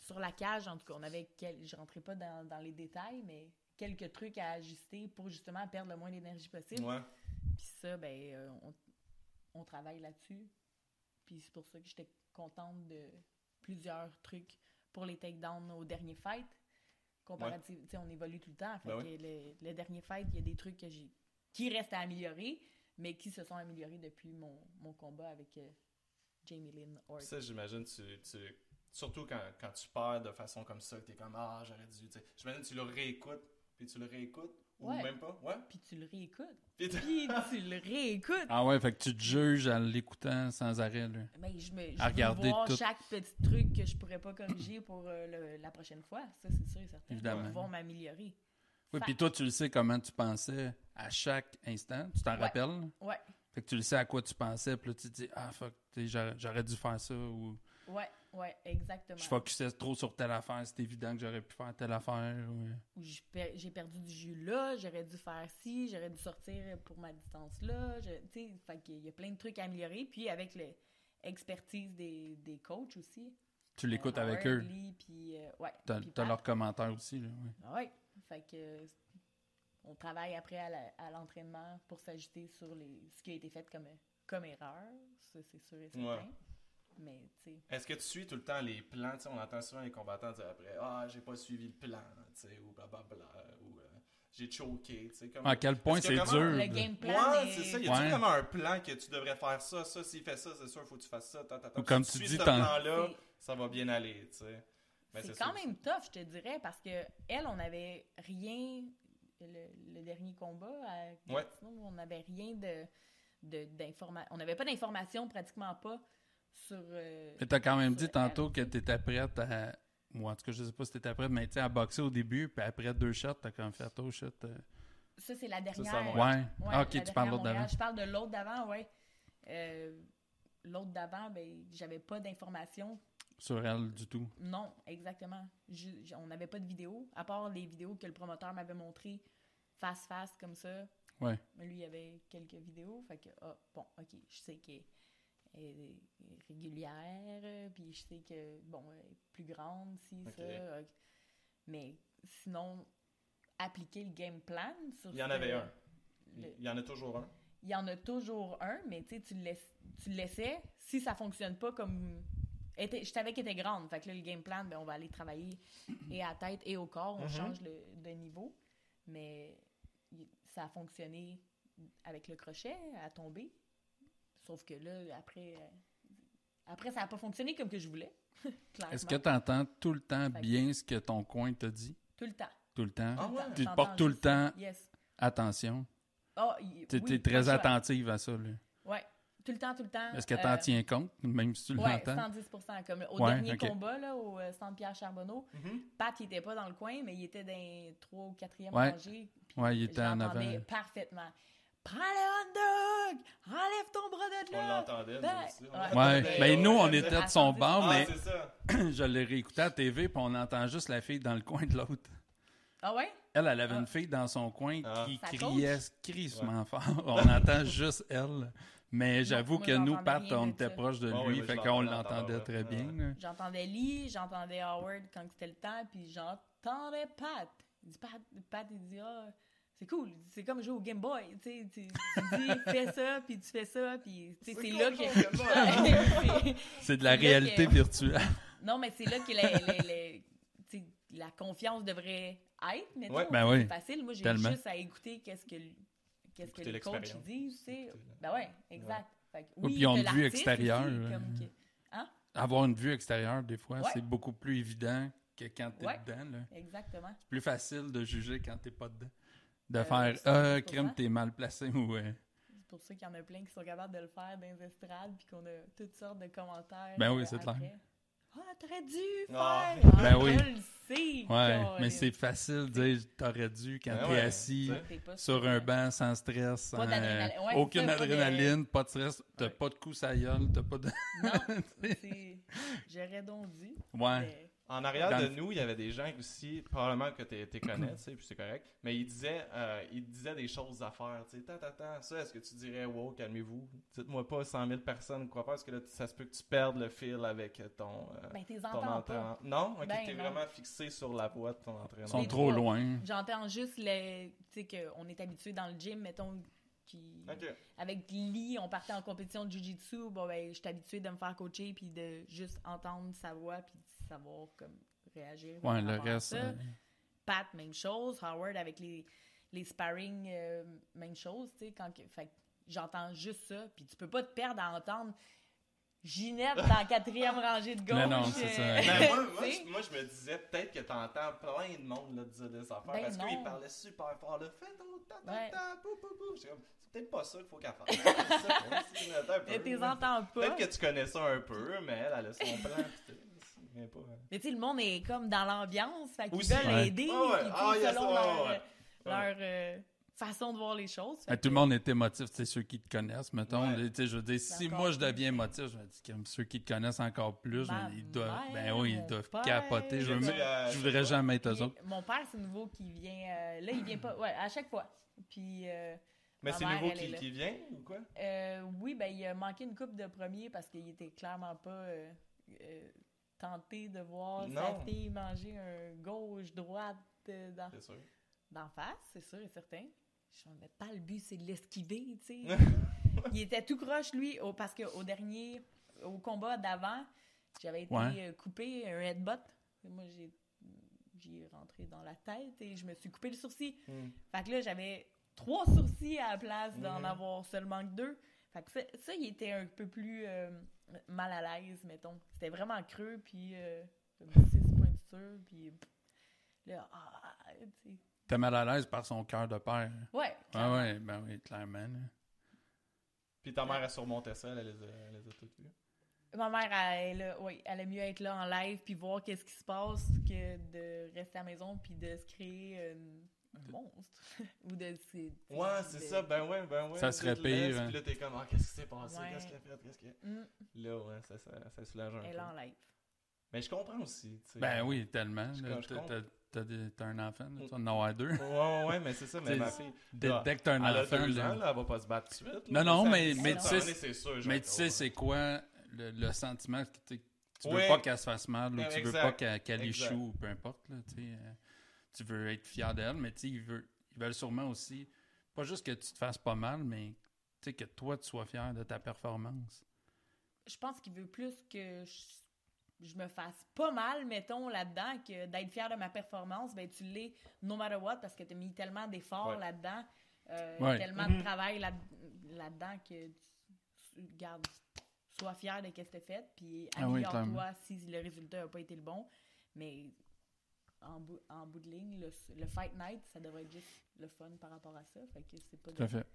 S3: sur la cage, en tout cas, on avait. Quel... Je rentrais pas dans, dans les détails, mais quelques trucs à ajuster pour justement perdre le moins d'énergie possible.
S1: Ouais.
S3: Puis ça, ben, euh, on, on travaille là-dessus. Puis c'est pour ça que j'étais contente de plusieurs trucs pour les takedowns au dernier fight. Comparative, tu sais, on évolue tout le temps. Fait
S1: Ben
S3: que le, le dernier fight, il y a des trucs que j'ai qui restent à améliorer, mais qui se sont améliorés depuis mon, mon combat avec euh, Jamie Lynn Hort.
S1: Ça, j'imagine, tu, tu- surtout quand, quand tu perds de façon comme ça, que t'es comme Ah, j'aurais dû. tu sais. J'imagine, tu le réécoutes, puis tu le réécoutes, ou
S3: Ouais.
S1: même pas, ouais.
S3: Puis tu le réécoutes.
S1: Puis t'as-
S3: Puis tu le réécoutes.
S2: Ah ouais, fait que tu te juges en l'écoutant sans arrêt, là.
S3: Ben, je me, je
S2: À
S3: veux
S2: regarder
S3: voir
S2: tout.
S3: chaque petit truc que je pourrais pas corriger pour euh, le- la prochaine fois. Ça, c'est sûr et certain.
S2: Évidemment.
S3: Pour pouvoir m'améliorer. Fait-
S2: Oui, puis toi, tu le sais comment tu pensais à chaque instant. Tu t'en
S3: Ouais.
S2: rappelles?
S3: Ouais,
S2: Fait que tu le sais à quoi tu pensais, puis là, tu te dis, ah fuck, tu sais, j'aurais j'aurais dû faire ça, ou
S3: ouais, ouais, exactement.
S2: je focusais trop sur telle affaire, c'est évident que j'aurais pu faire telle affaire. ou- euh,
S3: Ou je per- j'ai perdu du jus là, j'aurais dû faire ci, j'aurais dû sortir pour ma distance là. je- Tu sais, fait qu'il y a plein de trucs à améliorer. Puis avec l'expertise des, des coachs aussi.
S2: Tu l'écoutes
S3: Euh,
S2: avec
S3: Howard,
S2: eux.
S3: Lee, puis, euh, ouais,
S2: T'as
S3: puis
S2: t'as
S3: Pat.
S2: leurs commentaires aussi, là. ouais.
S3: Ouais, fait que euh, on travaille après à la- à l'entraînement pour s'ajuster sur les ce qui a été fait comme comme erreur, ça c'est sûr et certain.
S1: Ouais.
S3: Mais tu sais,
S1: Est-ce que tu suis tout le temps les plans? Tu sais, on entend souvent les combattants dire après Ah, j'ai pas suivi le plan, tu sais, ou blablabla, ou euh, j'ai choqué, tu sais, comme.
S2: À quel point
S1: Parce que
S2: c'est
S1: comment-
S2: dur.
S3: le
S2: de-
S3: game plan
S1: Ouais,
S3: est-
S1: c'est ça. Y a-tu
S2: Ouais.
S1: vraiment un plan que tu devrais faire ça, ça, s'il fait ça, c'est sûr, faut que tu fasses ça, tant, tant, tant.
S2: Ou comme
S1: Si
S2: tu
S1: suis
S2: dis,
S1: ce
S2: t'en-
S1: plan-là,
S3: C'est-
S1: ça va bien aller, tu sais. Ben,
S3: c'est
S1: ça
S3: quand
S1: aussi.
S3: même tough, je te dirais, parce que elle, on n'avait rien. Le, le dernier combat, à
S1: Ouais.
S3: Gatineau, on n'avait rien de, de d'informa- On n'avait pas d'informations, pratiquement pas, sur. euh,
S2: Mais t'as quand même dit
S3: sur
S2: tantôt
S3: elle.
S2: que t'étais prête à. Moi, en tout cas, je sais pas si t'étais prête, mais tu sais, à boxer au début, puis après deux shots, t'as comme fait, oh shit. euh,
S3: Ça, c'est la
S1: c'est à
S3: dernière.
S1: Ouais.
S2: Ouais.
S3: Ouais,
S2: Ah, ok,
S3: la
S2: tu parles
S3: dernière
S2: l'autre
S3: Montréal.
S2: d'avant.
S3: Je parle de l'autre d'avant, oui. l'autre d'avant, ben, j'avais pas d'informations.
S2: Sur elle du tout.
S3: Non, exactement. Ju- j- on n'avait pas de vidéo, à part les vidéos que le promoteur m'avait montrées face-face comme ça.
S2: Ouais.
S3: Mais Lui, il y avait quelques vidéos. Fait que, ah, bon, OK, je sais qu'elle est- elle est régulière, euh, puis je sais que, bon, elle est plus grande, si,
S1: Ok.
S3: ça. euh, Mais sinon, appliquer le game plan sur
S1: Il y en
S3: ce-
S1: avait un.
S3: le-
S1: Il y en a toujours un.
S3: il y en a toujours un, mais tu sais, tu le laisses- tu le laissais. Si ça fonctionne pas comme. était- je savais qu'elle était grande. Fait que là, le game plan, ben, on va aller travailler et à la tête et au corps. On
S2: Mm-hmm.
S1: Mhm.
S3: change le, de niveau. Mais il- ça a fonctionné avec le crochet à tomber. Sauf que là, après, euh, après ça n'a pas fonctionné comme que je voulais. (laughs) Clairement.
S2: Est-ce que t'entends tout le temps
S3: Fait que-
S2: bien ce que ton coin te dit?
S3: Tout le temps.
S2: Tout le temps?
S1: Ah
S3: Tout le
S1: ouais?
S3: temps,
S2: Tu
S3: j'entends
S2: portes tout le
S3: juste
S2: temps
S3: ça. Yes.
S2: attention.
S3: Ah, y-
S2: Tu es,
S3: oui, pas le
S2: très
S3: choix.
S2: attentive à ça. là.
S3: Ouais. Tout le temps, tout le temps.
S2: Est-ce que tu en
S3: euh,
S2: tiens compte, même si tu
S3: Ouais,
S2: l'entends?
S3: 110 Comme au
S2: Ouais,
S3: dernier
S2: ok.
S3: combat, là, au euh, centre Pierre Charbonneau,
S1: Mhm.
S3: Pat, il était pas dans le coin, mais il était dans 3 ou 4e
S2: Ouais.
S3: rangée.
S2: Ouais,
S3: Je
S2: il était en
S3: l'entendais
S2: avant.
S3: parfaitement. Prends le hot dog! Enlève ton bras de
S1: On
S3: là!
S1: l'entendait,
S3: Ben,
S1: nous aussi.
S3: ouais.
S1: On l'entendait.
S2: Ouais,
S3: Ouais.
S2: ben nous, on était
S3: À
S2: de son
S3: 110.
S2: bord,
S1: Ah,
S2: mais
S1: c'est ça.
S2: (coughs) je l'ai réécouté à la TV, puis on entend juste la fille dans le coin de l'autre.
S3: Ah ouais?
S2: Elle, elle avait
S3: Ah.
S2: une fille dans son coin
S1: Ah.
S2: qui
S3: Sa
S2: criait crissement fort. (laughs) On entend juste elle. Mais j'avoue
S3: moi,
S2: que nous,
S3: j'entendais
S2: Pat,
S3: rien
S2: on
S3: de
S2: était
S3: ça.
S2: proche de
S1: Ah oui,
S2: lui,
S1: oui,
S2: fait
S1: je
S2: qu'on
S1: l'entendais,
S2: l'entendais
S1: ouais. Ah.
S2: très bien.
S1: Ouais.
S2: là.
S3: J'entendais Lee, j'entendais Howard quand c'était le temps, puis j'entendais Pat. Il dit, Pat, Pat, il dit, ah, c'est cool, Il dit, c'est comme jouer au Game Boy. Tu, sais, tu, tu dis, fais ça, puis tu fais ça, puis tu sais, c'est là (laughs) que.
S2: C'est de la
S3: Puis là,
S2: réalité
S3: que- (laughs)
S2: virtuelle.
S3: Non, mais c'est là que la, la- la- tu sais, la confiance devrait être, mais
S1: Ouais,
S2: ben oui,
S3: c'est facile. Moi, j'ai
S2: tellement.
S3: juste à écouter qu'est-ce que, le- qu'est-ce que
S1: Écouter
S3: les coachs
S1: l'expérience.
S3: disent, tu sais.
S1: Écouter la-
S3: Ben ouais, exact. Fait que,
S2: Ou
S3: oui,
S2: puis on
S3: t'as
S2: le vue
S3: l'artiste
S2: extérieure,
S3: aussi, comme
S2: euh,
S3: que-
S2: Avoir une vue extérieure, des fois,
S3: Ouais.
S2: c'est beaucoup plus évident que quand t'es
S3: Ouais.
S2: dedans. là.
S3: Exactement.
S2: plus facile de juger quand t'es pas dedans. De
S3: Euh,
S2: faire
S3: c'est
S2: Ah,
S3: pour
S2: crème,
S3: ça.
S2: t'es mal placé ou. euh,
S3: C'est pour ça qu'il y en a plein qui sont capables de le faire dans les estrades, puis qu'on a toutes sortes de commentaires.
S2: Ben oui,
S3: euh,
S2: c'est
S3: après.
S2: clair.
S3: Ah, t'aurais dû faire!
S1: Ah.
S3: Ah,
S2: Ben oui.
S3: Je le sais!
S2: Ouais,
S3: Colin.
S2: mais c'est facile de dire t'aurais dû quand
S1: Ben
S2: t'es
S1: ouais,
S2: assis
S1: tu sais.
S3: T'es pas hein.
S2: sur un banc sans stress, sans,
S3: Pas d'adrénaline.
S2: euh,
S3: Ouais,
S2: aucune
S3: c'est ça, pas de-
S2: adrénaline, pas de, stress, t'as
S1: Ouais.
S2: (laughs) pas de coups à gueule, t'as pas de.
S3: Non, c'est... J'aurais donc dit.
S2: Ouais.
S3: mais-
S1: En arrière
S2: Dans
S1: de
S2: le-
S1: nous, il y avait des gens aussi, probablement que tu t'es connais, tu sais, puis c'est correct, mais ils disaient, euh, ils disaient des choses à faire, tu sais, tant, tant, tant, ça, est-ce que tu dirais, wow, calmez-vous, dites-moi pas 100 000 personnes, quoi faire, parce que là, ça se peut que tu perdes le fil avec ton, euh,
S3: Ben, t'es
S1: ton
S3: entends pas.
S1: entraîneur. Non? Ok,
S3: Ben
S1: t'es
S3: non.
S1: vraiment fixé sur la voix de ton entraîneur.
S2: Ils sont
S3: Les
S2: trop
S3: trois.
S2: loin.
S3: J'entends juste les. Tu sais, qu'on est habitué dans le gym, mettons, qui. (laughs)
S1: Ok.
S3: Avec Lee, on partait en compétition de Jiu-Jitsu. Bon, ben, j'étais habituée de me faire coacher puis de juste entendre sa voix puis de savoir comme réagir. par
S2: Ouais, le
S3: rapport à
S2: reste.
S3: ça.
S2: euh,
S3: Pat, même chose. Howard avec les, les sparring, euh, même chose. Tu sais, quand que- fait que j'entends juste ça. Puis tu peux pas te perdre à entendre Ginette dans la quatrième rangée de gauche.
S2: Mais non, c'est ça.
S3: euh, (laughs)
S1: Ben, moi, moi,
S3: tu sais.
S1: je, moi, je me disais peut-être que t'entends plein de monde là, dire des affaires
S3: Ben
S1: parce
S3: non.
S1: qu'ils parlaient super fort. Là, fais ton temps,
S3: Ouais.
S1: pou, pou, pou. J'étais comme, c'est peut-être pas ça qu'il faut
S3: (laughs)
S1: qu'elle fasse. C'est ça, hein, c'est une affaire un peu.
S3: Mais t'es entends pas.
S1: Peut-être que tu connais ça un peu, mais elle, elle a son plan. pis tout, elle vient pas, hein.
S3: Mais tu sais, le monde est comme dans l'ambiance, fait qu'ils
S1: Aussi.
S3: veulent
S2: Ouais.
S3: aider,
S1: Ah ouais,
S3: puis tu sais,
S1: ah, yes,
S3: selon
S1: ouais,
S3: leur,
S1: ouais,
S3: leur,
S1: ouais.
S3: euh, façon de voir les choses. fait que-
S2: Hey, Ah, tout le monde est émotif, tu sais, ceux qui te connaissent, mettons.
S1: Ouais.
S2: les- tu sais, Je veux dire, si
S3: Encore
S2: moi je
S3: plus. Bah,
S2: deviens émotif, je me dis comme ceux qui te connaissent encore plus, je me
S3: Ma
S2: dis, ils doivent,
S3: mère,
S2: ben oui,
S3: mon
S2: ils doivent
S3: père.
S2: capoter. Je, veux
S3: J'ai
S2: même-
S3: dit,
S1: euh,
S2: je voudrais jamais être
S3: Puis,
S2: eux autres.
S3: Mon père, c'est nouveau qui vient. euh, là, il vient pas. Ouais, à chaque fois. Puis, euh,
S1: Mais
S3: Ma
S1: c'est
S3: mère,
S1: nouveau
S3: elle est
S1: qui,
S3: là.
S1: qui vient ou quoi?
S3: euh, oui, ben, il a manqué une coupe de premier parce qu'il était clairement pas euh, euh, tenté de voir
S1: Non.
S3: sa fille manger un gauche-droite euh, dans,
S1: C'est sûr.
S3: d'en face, c'est sûr et certain. Je me mets pas le but, c'est de l'esquiver, tu sais. il était tout croche, lui, au- parce qu'au dernier, au combat d'avant, j'avais été
S2: Ouais.
S3: euh, coupé un headbutt. Et moi, j'ai j'y ai rentré dans la tête et je me suis coupé le sourcil.
S1: Hmm.
S3: Fait que là, j'avais trois sourcils à la place d'en
S1: Mhm.
S3: avoir seulement que deux. Fait que ça, ça, il était un peu plus euh, mal à l'aise, mettons. C'était vraiment creux, puis euh, comme 6 points de suture, puis pff, là, ah, ah, tu sais.
S2: T'es mal à l'aise par son cœur de père.
S3: Ouais.
S2: Ah ouais, ben oui, clairement. là.
S1: Puis ta
S3: Ah.
S1: mère, elle surmontait ça, elle, les a, elle les a toutes vues.
S3: Ma mère, elle, elle, a- oui, elle aime mieux être là en live puis voir qu'est-ce qui se passe que de rester à la maison puis de se créer euh, un monstre. (laughs) Ou de, c'est-
S1: Ouais, c'est
S3: de-
S1: ça, ben ouais, ben ouais.
S2: Ça serait
S1: tu te laisses,
S2: pire, hein.
S1: Puis là, t'es comme, ah, qu'est-ce qui s'est passé?
S3: Ouais.
S1: Qu'est-ce qu'elle a fait? Qu'est-ce qu'elle.
S3: Mm,
S1: Là, ouais, ça, ça, ça soulage un
S3: elle
S1: peu.
S3: est en live.
S1: Mais je comprends aussi, tu sais.
S2: Ben oui, tellement.
S1: Je-
S2: là.
S1: je
S2: T'as-
S1: compte.
S2: t'as- T'as des- t'as un enfant, là, tu vas en avoir deux.
S1: Ouais, ouais, ouais, mais c'est ça, mais
S2: T'sais,
S1: ma fille.
S2: Dès,
S1: Ah,
S2: dès que t'as un
S1: Elle a
S2: enfant,
S1: deux
S2: là-
S1: ans, là, elle va pas se battre tout de suite.
S2: Non,
S1: là,
S2: non,
S1: ça-
S2: mais-
S1: ça,
S3: mais tu
S1: ça,
S3: sais,
S1: ça, c'est sûr,
S2: mais
S1: genre,
S2: tu sais,
S1: ouais.
S2: c'est quoi le, le sentiment que tu- tu veux
S1: Ouais.
S2: pas qu'elle se fasse mal ou
S1: Euh,
S2: tu veux
S1: exact,
S2: pas qu'elle qu'elle
S1: exact.
S2: échoue ou peu importe. là, tu sais, euh, tu veux être fier d'elle, mais tu sais, ils veulent, ils veulent sûrement aussi, pas juste que tu te fasses pas mal, mais tu sais, que toi, tu sois fier de ta performance.
S3: Je pense qu'il veut plus que je, je me fasse pas mal, mettons, là-dedans, que d'être fière de ma performance. Ben, tu l'es no matter what parce que tu as mis tellement d'efforts
S1: Ouais.
S3: là-dedans, euh,
S2: Ouais.
S3: tellement
S1: Mhm.
S3: de travail là- là-dedans que tu, tu- garde, sois fier de ce que tu as fait, puis
S2: Ah oui,
S3: améliore-toi si le résultat n'a pas été le bon. Mais en, bout- en bout de ligne, le, le fight night, ça devrait être juste le fun par rapport à ça. Fait que c'est pas
S2: Tout à fait,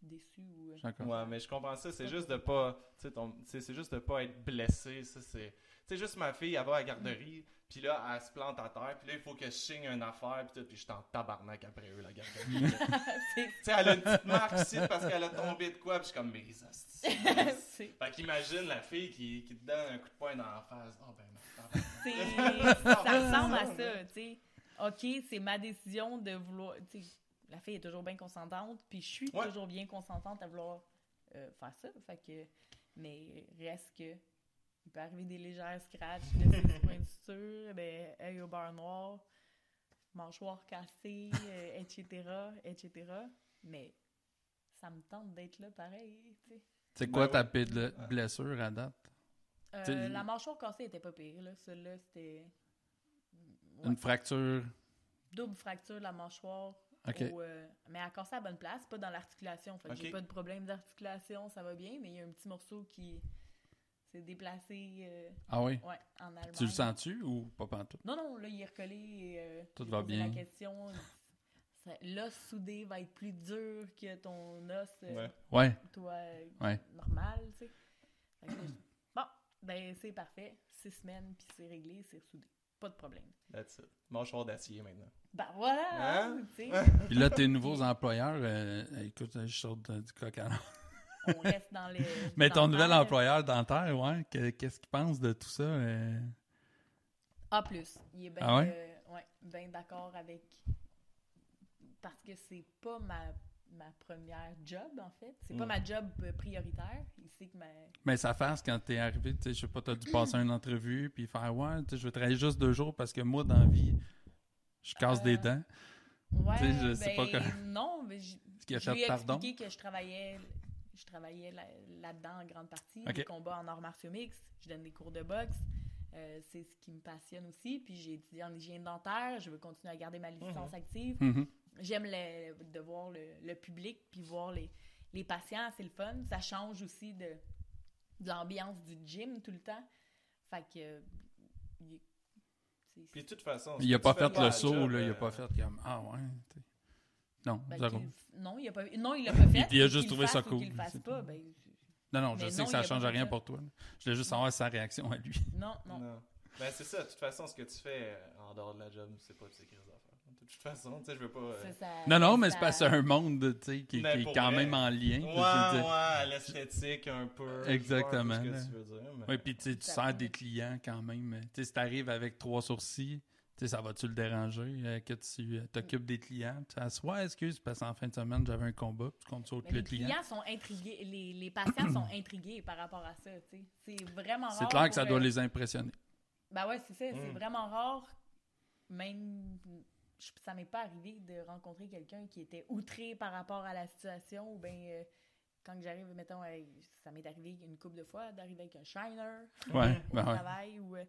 S3: déçu ou. euh,
S2: je suis d'accord.
S1: Ouais, mais je comprends ça. C'est juste de pas, tu sais, ton- tu sais, c'est juste de pas être blessé. Ça, c'est, tu sais, juste ma fille, elle va à la garderie, puis là, elle se plante à terre, puis là, il faut que je signe une affaire, puis tout, puis je suis en tabarnak après eux, la
S2: (laughs)
S1: garderie. tu
S3: (laughs) c'est.
S1: sais, elle a une petite marque ici parce qu'elle a tombé de quoi, puis je suis comme, mais ça,
S3: (laughs) (laughs) c'est-
S1: Fait qu'imagine la fille qui, qui te donne un coup de poing dans la face. Oh ben, non, tabarnak.
S3: (laughs)
S1: (laughs)
S3: C'est- ça
S1: Ah,
S3: ressemble à ça, tu sais. OK, c'est ma décision de vouloir... tu sais, la fille est toujours bien consentante, puis je suis
S1: Ouais.
S3: toujours bien consentante à vouloir euh, faire ça. Fait que, mais reste que... Il peut arriver des légères scratches, de ses points de suture, ben, œil au beurre noir, mâchoire cassée, euh, etc., etc. Mais ça me tente d'être là pareil, tu sais.
S2: C'est quoi
S1: Ben
S2: ta
S1: ouais.
S2: pi- de- blessure à date?
S3: Euh,
S2: T'sais,
S3: la mâchoire cassée était pas pire, là. Celle-là, c'était... Ouais.
S2: Une fracture?
S3: double fracture de la mâchoire.
S2: OK.
S3: au, euh, mais elle a cassé à la bonne place, pas dans l'articulation. Fait que
S1: OK.
S3: j'ai pas de problème d'articulation, ça va bien, mais il y a un petit morceau qui s'est déplacé euh,
S2: Ah oui?
S3: ouais, en Allemagne.
S2: Tu le sens-tu ou pas pantoute?
S3: Non, non, là, il est recollé. Et, euh,
S2: Tout
S3: j'ai
S2: va
S3: posé La
S2: bien.
S3: question, ça- l'os soudé va être plus dur que ton os, euh,
S1: Ouais.
S2: Ouais,
S3: toi, euh,
S2: Ouais.
S3: normal, tu sais. Fait que là, je- bon, ben c'est parfait. Six semaines, puis c'est réglé, c'est soudé. Pas de problème.
S1: That's it. Mâchoire d'acier maintenant.
S3: Ben voilà!
S1: Hein?
S3: hein,
S2: (laughs)
S3: tu sais.
S2: Puis là, tes nouveaux employeurs, euh, écoute, je saute euh, du coq à l'âne.
S3: on reste dans les.
S2: Mais
S3: dans
S2: ton
S3: le
S2: nouvel
S3: temps.
S2: employeur dentaire, ouais, que- qu'est-ce qu'il pense de tout ça? euh?
S3: A plus. Il est bien euh,
S2: Ah ouais?
S3: d'accord avec. Parce que c'est pas ma, ma première job, en fait. C'est
S2: Hmm.
S3: pas
S1: Mm.
S3: ma job euh, prioritaire. Il sait que ma.
S2: Mais ça fasse quand t'es arrivé, tu sais, je sais pas, t'as dû passer une entrevue, puis faire Ouais, tu sais, je vais travailler juste deux jours parce que moi, dans la vie, je casse des
S3: Euh,
S2: dents.
S3: Ouais,
S2: Tu sais, je sais
S3: ben,
S2: pas quand-
S3: Non,
S2: (laughs)
S3: mais j-
S2: Ce qui a
S3: je lui
S2: fait
S3: ai
S2: pardon.
S3: expliqué que je travaillais, je travaillais là- là-dedans en grande partie.
S2: Ok.
S3: Des combats en arts martiaux mixtes, je donne des cours de boxe. Euh, c'est ce qui me passionne aussi. Puis j'ai étudié en hygiène dentaire. Je veux continuer à garder ma licence active.
S2: Mhm.
S3: J'aime le, de voir le, le public puis voir les, les patients, c'est le fun. Ça change aussi de, de l'ambiance du gym tout le temps. Fait que. euh, il- c'est-
S1: Puis de toute façon.
S2: Il a
S1: si
S2: pas
S1: tu fais
S2: fait le
S1: la
S2: saut,
S1: job,
S2: là, il a
S1: euh,
S2: pas fait comme Ah ouais, tu sais. Non,
S3: ben,
S2: zéro.
S3: qu'il- non, il a pas, non, il l'a pas fait.
S2: (laughs) Il a
S3: Qu'il
S2: juste
S3: le
S2: trouvé
S3: fasse
S2: ça
S3: ou qu'il
S2: cool.
S3: le fasse
S2: C'est
S3: pas,
S2: tout.
S3: ben,
S2: Non, non, je
S3: Mais
S2: sais
S3: non,
S2: que
S3: il
S2: ça
S3: a pas
S2: change
S3: fait
S2: rien
S3: ça.
S2: pour toi. là. Je voulais juste savoir sa réaction à lui.
S3: non, non.
S1: Non. Ben, c'est ça, de toute façon, ce que tu fais euh, en dehors de la job, c'est pas de ces crises d'affaires. De toute façon, tu sais, je veux pas. euh,
S3: Ça, ça-
S2: Non, non, mais c'est
S3: ça-
S2: parce que c'est un monde, tu sais, qui,
S1: Mais
S2: qui est
S1: pour
S2: quand
S1: vrai.
S2: même en (laughs) lien.
S1: Ouais,
S2: tu sais, je veux dire.
S1: ouais, l'esthétique un peu. je vois un peu
S2: Exactement,
S1: ce que
S2: là.
S1: tu veux dire. mais-
S2: Ouais, puis tu sais, tu
S3: Ça-
S2: sers des clients quand même. Tu sais, si t'arrives avec trois sourcils, tu sais, ça va-tu le déranger euh, que tu euh, t'occupes des clients? Tu sais, ouais, excuse, parce qu'en fin de semaine, j'avais un combat, puis tu comptes sur
S3: Mais
S2: le
S3: les
S2: client.
S3: clients sont intrigués, les, les patients sont intrigués par rapport à ça. tu sais. C'est vraiment rare.
S2: C'est clair que ça
S3: pour,
S2: doit
S3: euh,
S2: les impressionner.
S3: Ben ouais, c'est ça. C'est
S1: Mm.
S3: vraiment rare. Même, je- ça m'est pas arrivé de rencontrer quelqu'un qui était outré par rapport à la situation. Ou bien, euh, quand j'arrive, mettons, euh, ça m'est arrivé une couple de fois d'arriver avec un shiner
S2: Ouais,
S3: au
S2: ben ouais.
S3: travail. Ou, euh,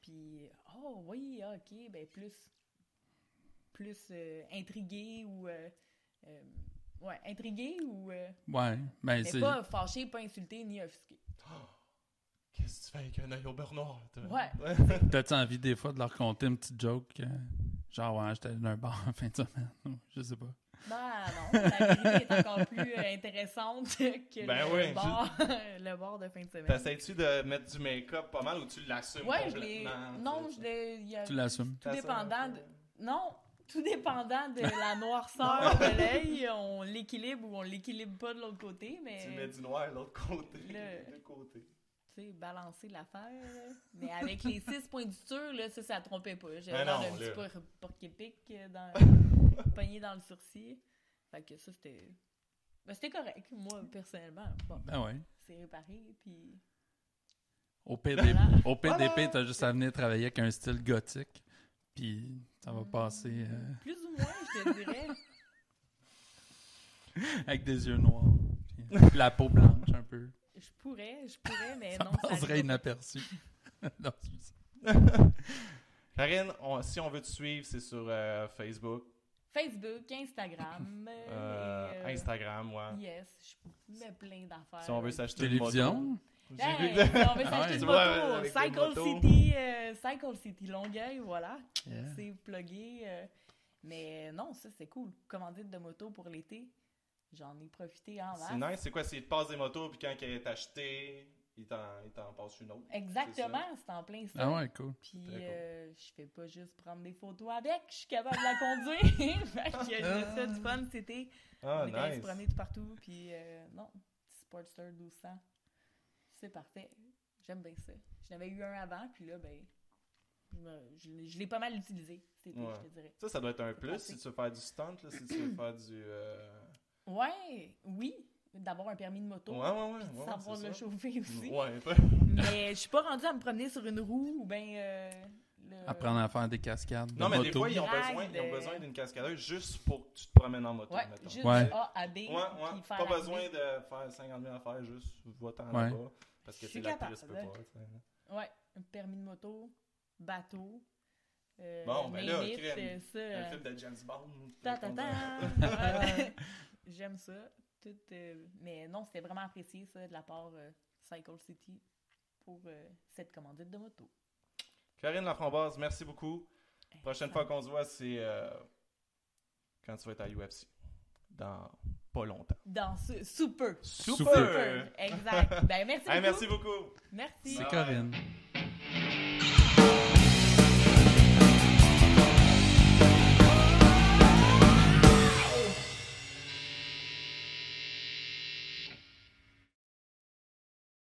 S3: puis, oh oui, ah, ok, ben plus, plus euh, intrigué ou. euh, euh, ouais, intrigué ou. euh,
S2: Ouais, ben
S3: mais
S2: c'est...
S3: pas euh, fâché, pas insulté, ni offusqué.
S1: Oh, Qu'est-ce que tu fais avec un œil au beurre noir? toi?
S3: Ouais. (laughs)
S2: T'as-tu envie des fois de leur conter une petite joke? euh, genre, ouais, j'étais dans un bar (laughs) en fin de semaine. ou Je sais pas.
S3: Ben non, la vérité est encore plus euh, intéressante que
S1: Ben
S3: le,
S1: oui,
S3: bord, (laughs) le bord de fin de semaine.
S1: T'essayes-tu de mettre du make-up pas mal ou tu l'assumes
S3: Ouais, je l'ai.
S1: complètement?
S3: Non,
S1: tu-
S3: je l'ai. il y a-
S2: Tu l'assumes.
S3: Tout
S1: t'assumes
S3: dépendant
S1: un peu.
S3: de. Non, tout dépendant de
S1: (laughs)
S3: la noirceur de l'œil, on l'équilibre ou on l'équilibre pas de l'autre côté, mais.
S1: Tu mets du noir de l'autre côté.
S3: Le-
S1: de côté.
S3: Tu sais, balancer l'affaire. là. Mais avec les six points du sur, là, ça, ça trompait pas. J'avais
S1: Ben
S3: l'air
S1: non,
S3: d'un petit
S1: là.
S3: por- porc-épic euh,
S1: (laughs)
S3: dans pogné dans le sourcil. Fait que ça, c'était. Ben, c'était correct, moi, personnellement. Bon,
S2: Ben ouais.
S3: c'est réparé, puis.
S2: Au PDP,
S3: Voilà.
S2: au PDP
S1: Voilà.
S2: t'as juste à venir travailler avec un style gothique, puis ça va
S3: Hmm.
S2: passer euh,
S3: Plus ou moins, je te dirais.
S2: (laughs) avec des yeux noirs, puis la peau blanche un peu.
S3: Je pourrais, je pourrais, mais
S2: (laughs)
S3: Eh
S2: ça
S3: non. ça
S2: passerait
S3: arrive pas.
S2: inaperçu. (laughs) Non, c'est-
S1: (laughs) Karine, on- si on veut te suivre, c'est sur euh, Facebook,
S3: Facebook,
S2: (laughs)
S3: Instagram. euh,
S1: euh,
S3: et, euh,
S1: Instagram, ouais.
S3: Yes, je mets plein d'affaires.
S1: Si on veut s'acheter une moto.
S2: télévision.
S1: J'ai
S3: Hey,
S1: vu que-
S3: on veut
S2: Ah,
S3: s'acheter une
S1: Ouais, ouais,
S3: moto.
S1: avec
S3: Cycle
S1: les motos.
S3: City, euh, Cycle City Longueuil, voilà.
S2: Yeah.
S3: C'est plugué. euh, mais non, ça, c'est cool. Commandite de moto pour l'été. J'en ai profité en
S1: C'est
S3: masse.
S1: nice, c'est quoi? C'est il te passe des motos, puis quand elle est achetée, il t'en, il t'en passe une autre.
S3: Exactement, c'est en plein ça.
S2: Ah ouais, cool.
S3: Puis
S1: Très cool.
S3: euh, je fais pas juste prendre des photos avec, je suis capable de la conduire. (laughs) fait que j'ai fait du fun cet été.
S1: Ah,
S3: on était allés se
S1: nice.
S3: promener de partout. Puis euh, non, petit Sportster 1200. C'est parfait. J'aime bien ça. J'en avais eu un avant, puis là, ben, je, me- je l'ai- je l'ai pas mal utilisé cet été,
S1: Ouais.
S3: je te dirais.
S1: Ça, ça doit être un plus
S3: pratique.
S1: si tu veux faire du stunt, là, si tu veux faire du. euh,
S3: Ouais, oui, d'avoir un permis de moto.
S1: Ouais, ouais, ouais.
S3: puis de
S1: ouais,
S3: savoir
S1: c'est
S3: le
S1: ça.
S3: chauffer aussi.
S1: Ouais, pas-
S3: Mais je suis pas rendue à me promener sur une roue ou bien. euh, le...
S2: Apprendre à faire des cascades.
S1: Non,
S2: de
S1: mais des
S2: moto.
S1: fois, ils ont
S3: Drag
S1: besoin, ils ont
S3: de-
S1: besoin d'une cascadeuse juste pour que tu te promènes en moto.
S3: Ouais,
S1: mettons.
S3: juste
S2: Ouais.
S3: de A à B.
S1: Ouais, ouais.
S3: puis faire
S1: Pas
S3: la
S1: besoin
S3: roue.
S1: de faire 50 000 affaires, juste va-t'en
S2: Ouais.
S1: là-bas. Parce que
S3: Je
S1: tu sais,
S3: suis
S1: l'actrice peut
S3: capable,
S1: pas.
S3: ouais.
S1: tu sais.
S3: Ouais, un permis de moto, bateau. euh,
S1: Bon, ben là,
S3: name it,
S1: crème.
S3: euh, ça,
S1: Un
S3: euh,
S1: film de James Bond.
S3: ta, ta,
S1: (laughs)
S3: ta. Ouais. J'aime ça. Tout, euh, mais non, c'était vraiment apprécié, ça, de la part euh, Cycle City pour euh, cette commandite de moto.
S1: Karine Laframboise, merci beaucoup. Prochaine
S3: Ça-
S1: fois qu'on se voit, c'est euh, quand tu vas être à UFC. Dans pas longtemps.
S3: Dans ce super.
S2: Super.
S1: Super!
S3: Exact. Ben, merci beaucoup.
S1: Hey, merci beaucoup.
S3: Merci.
S2: C'est Corinne.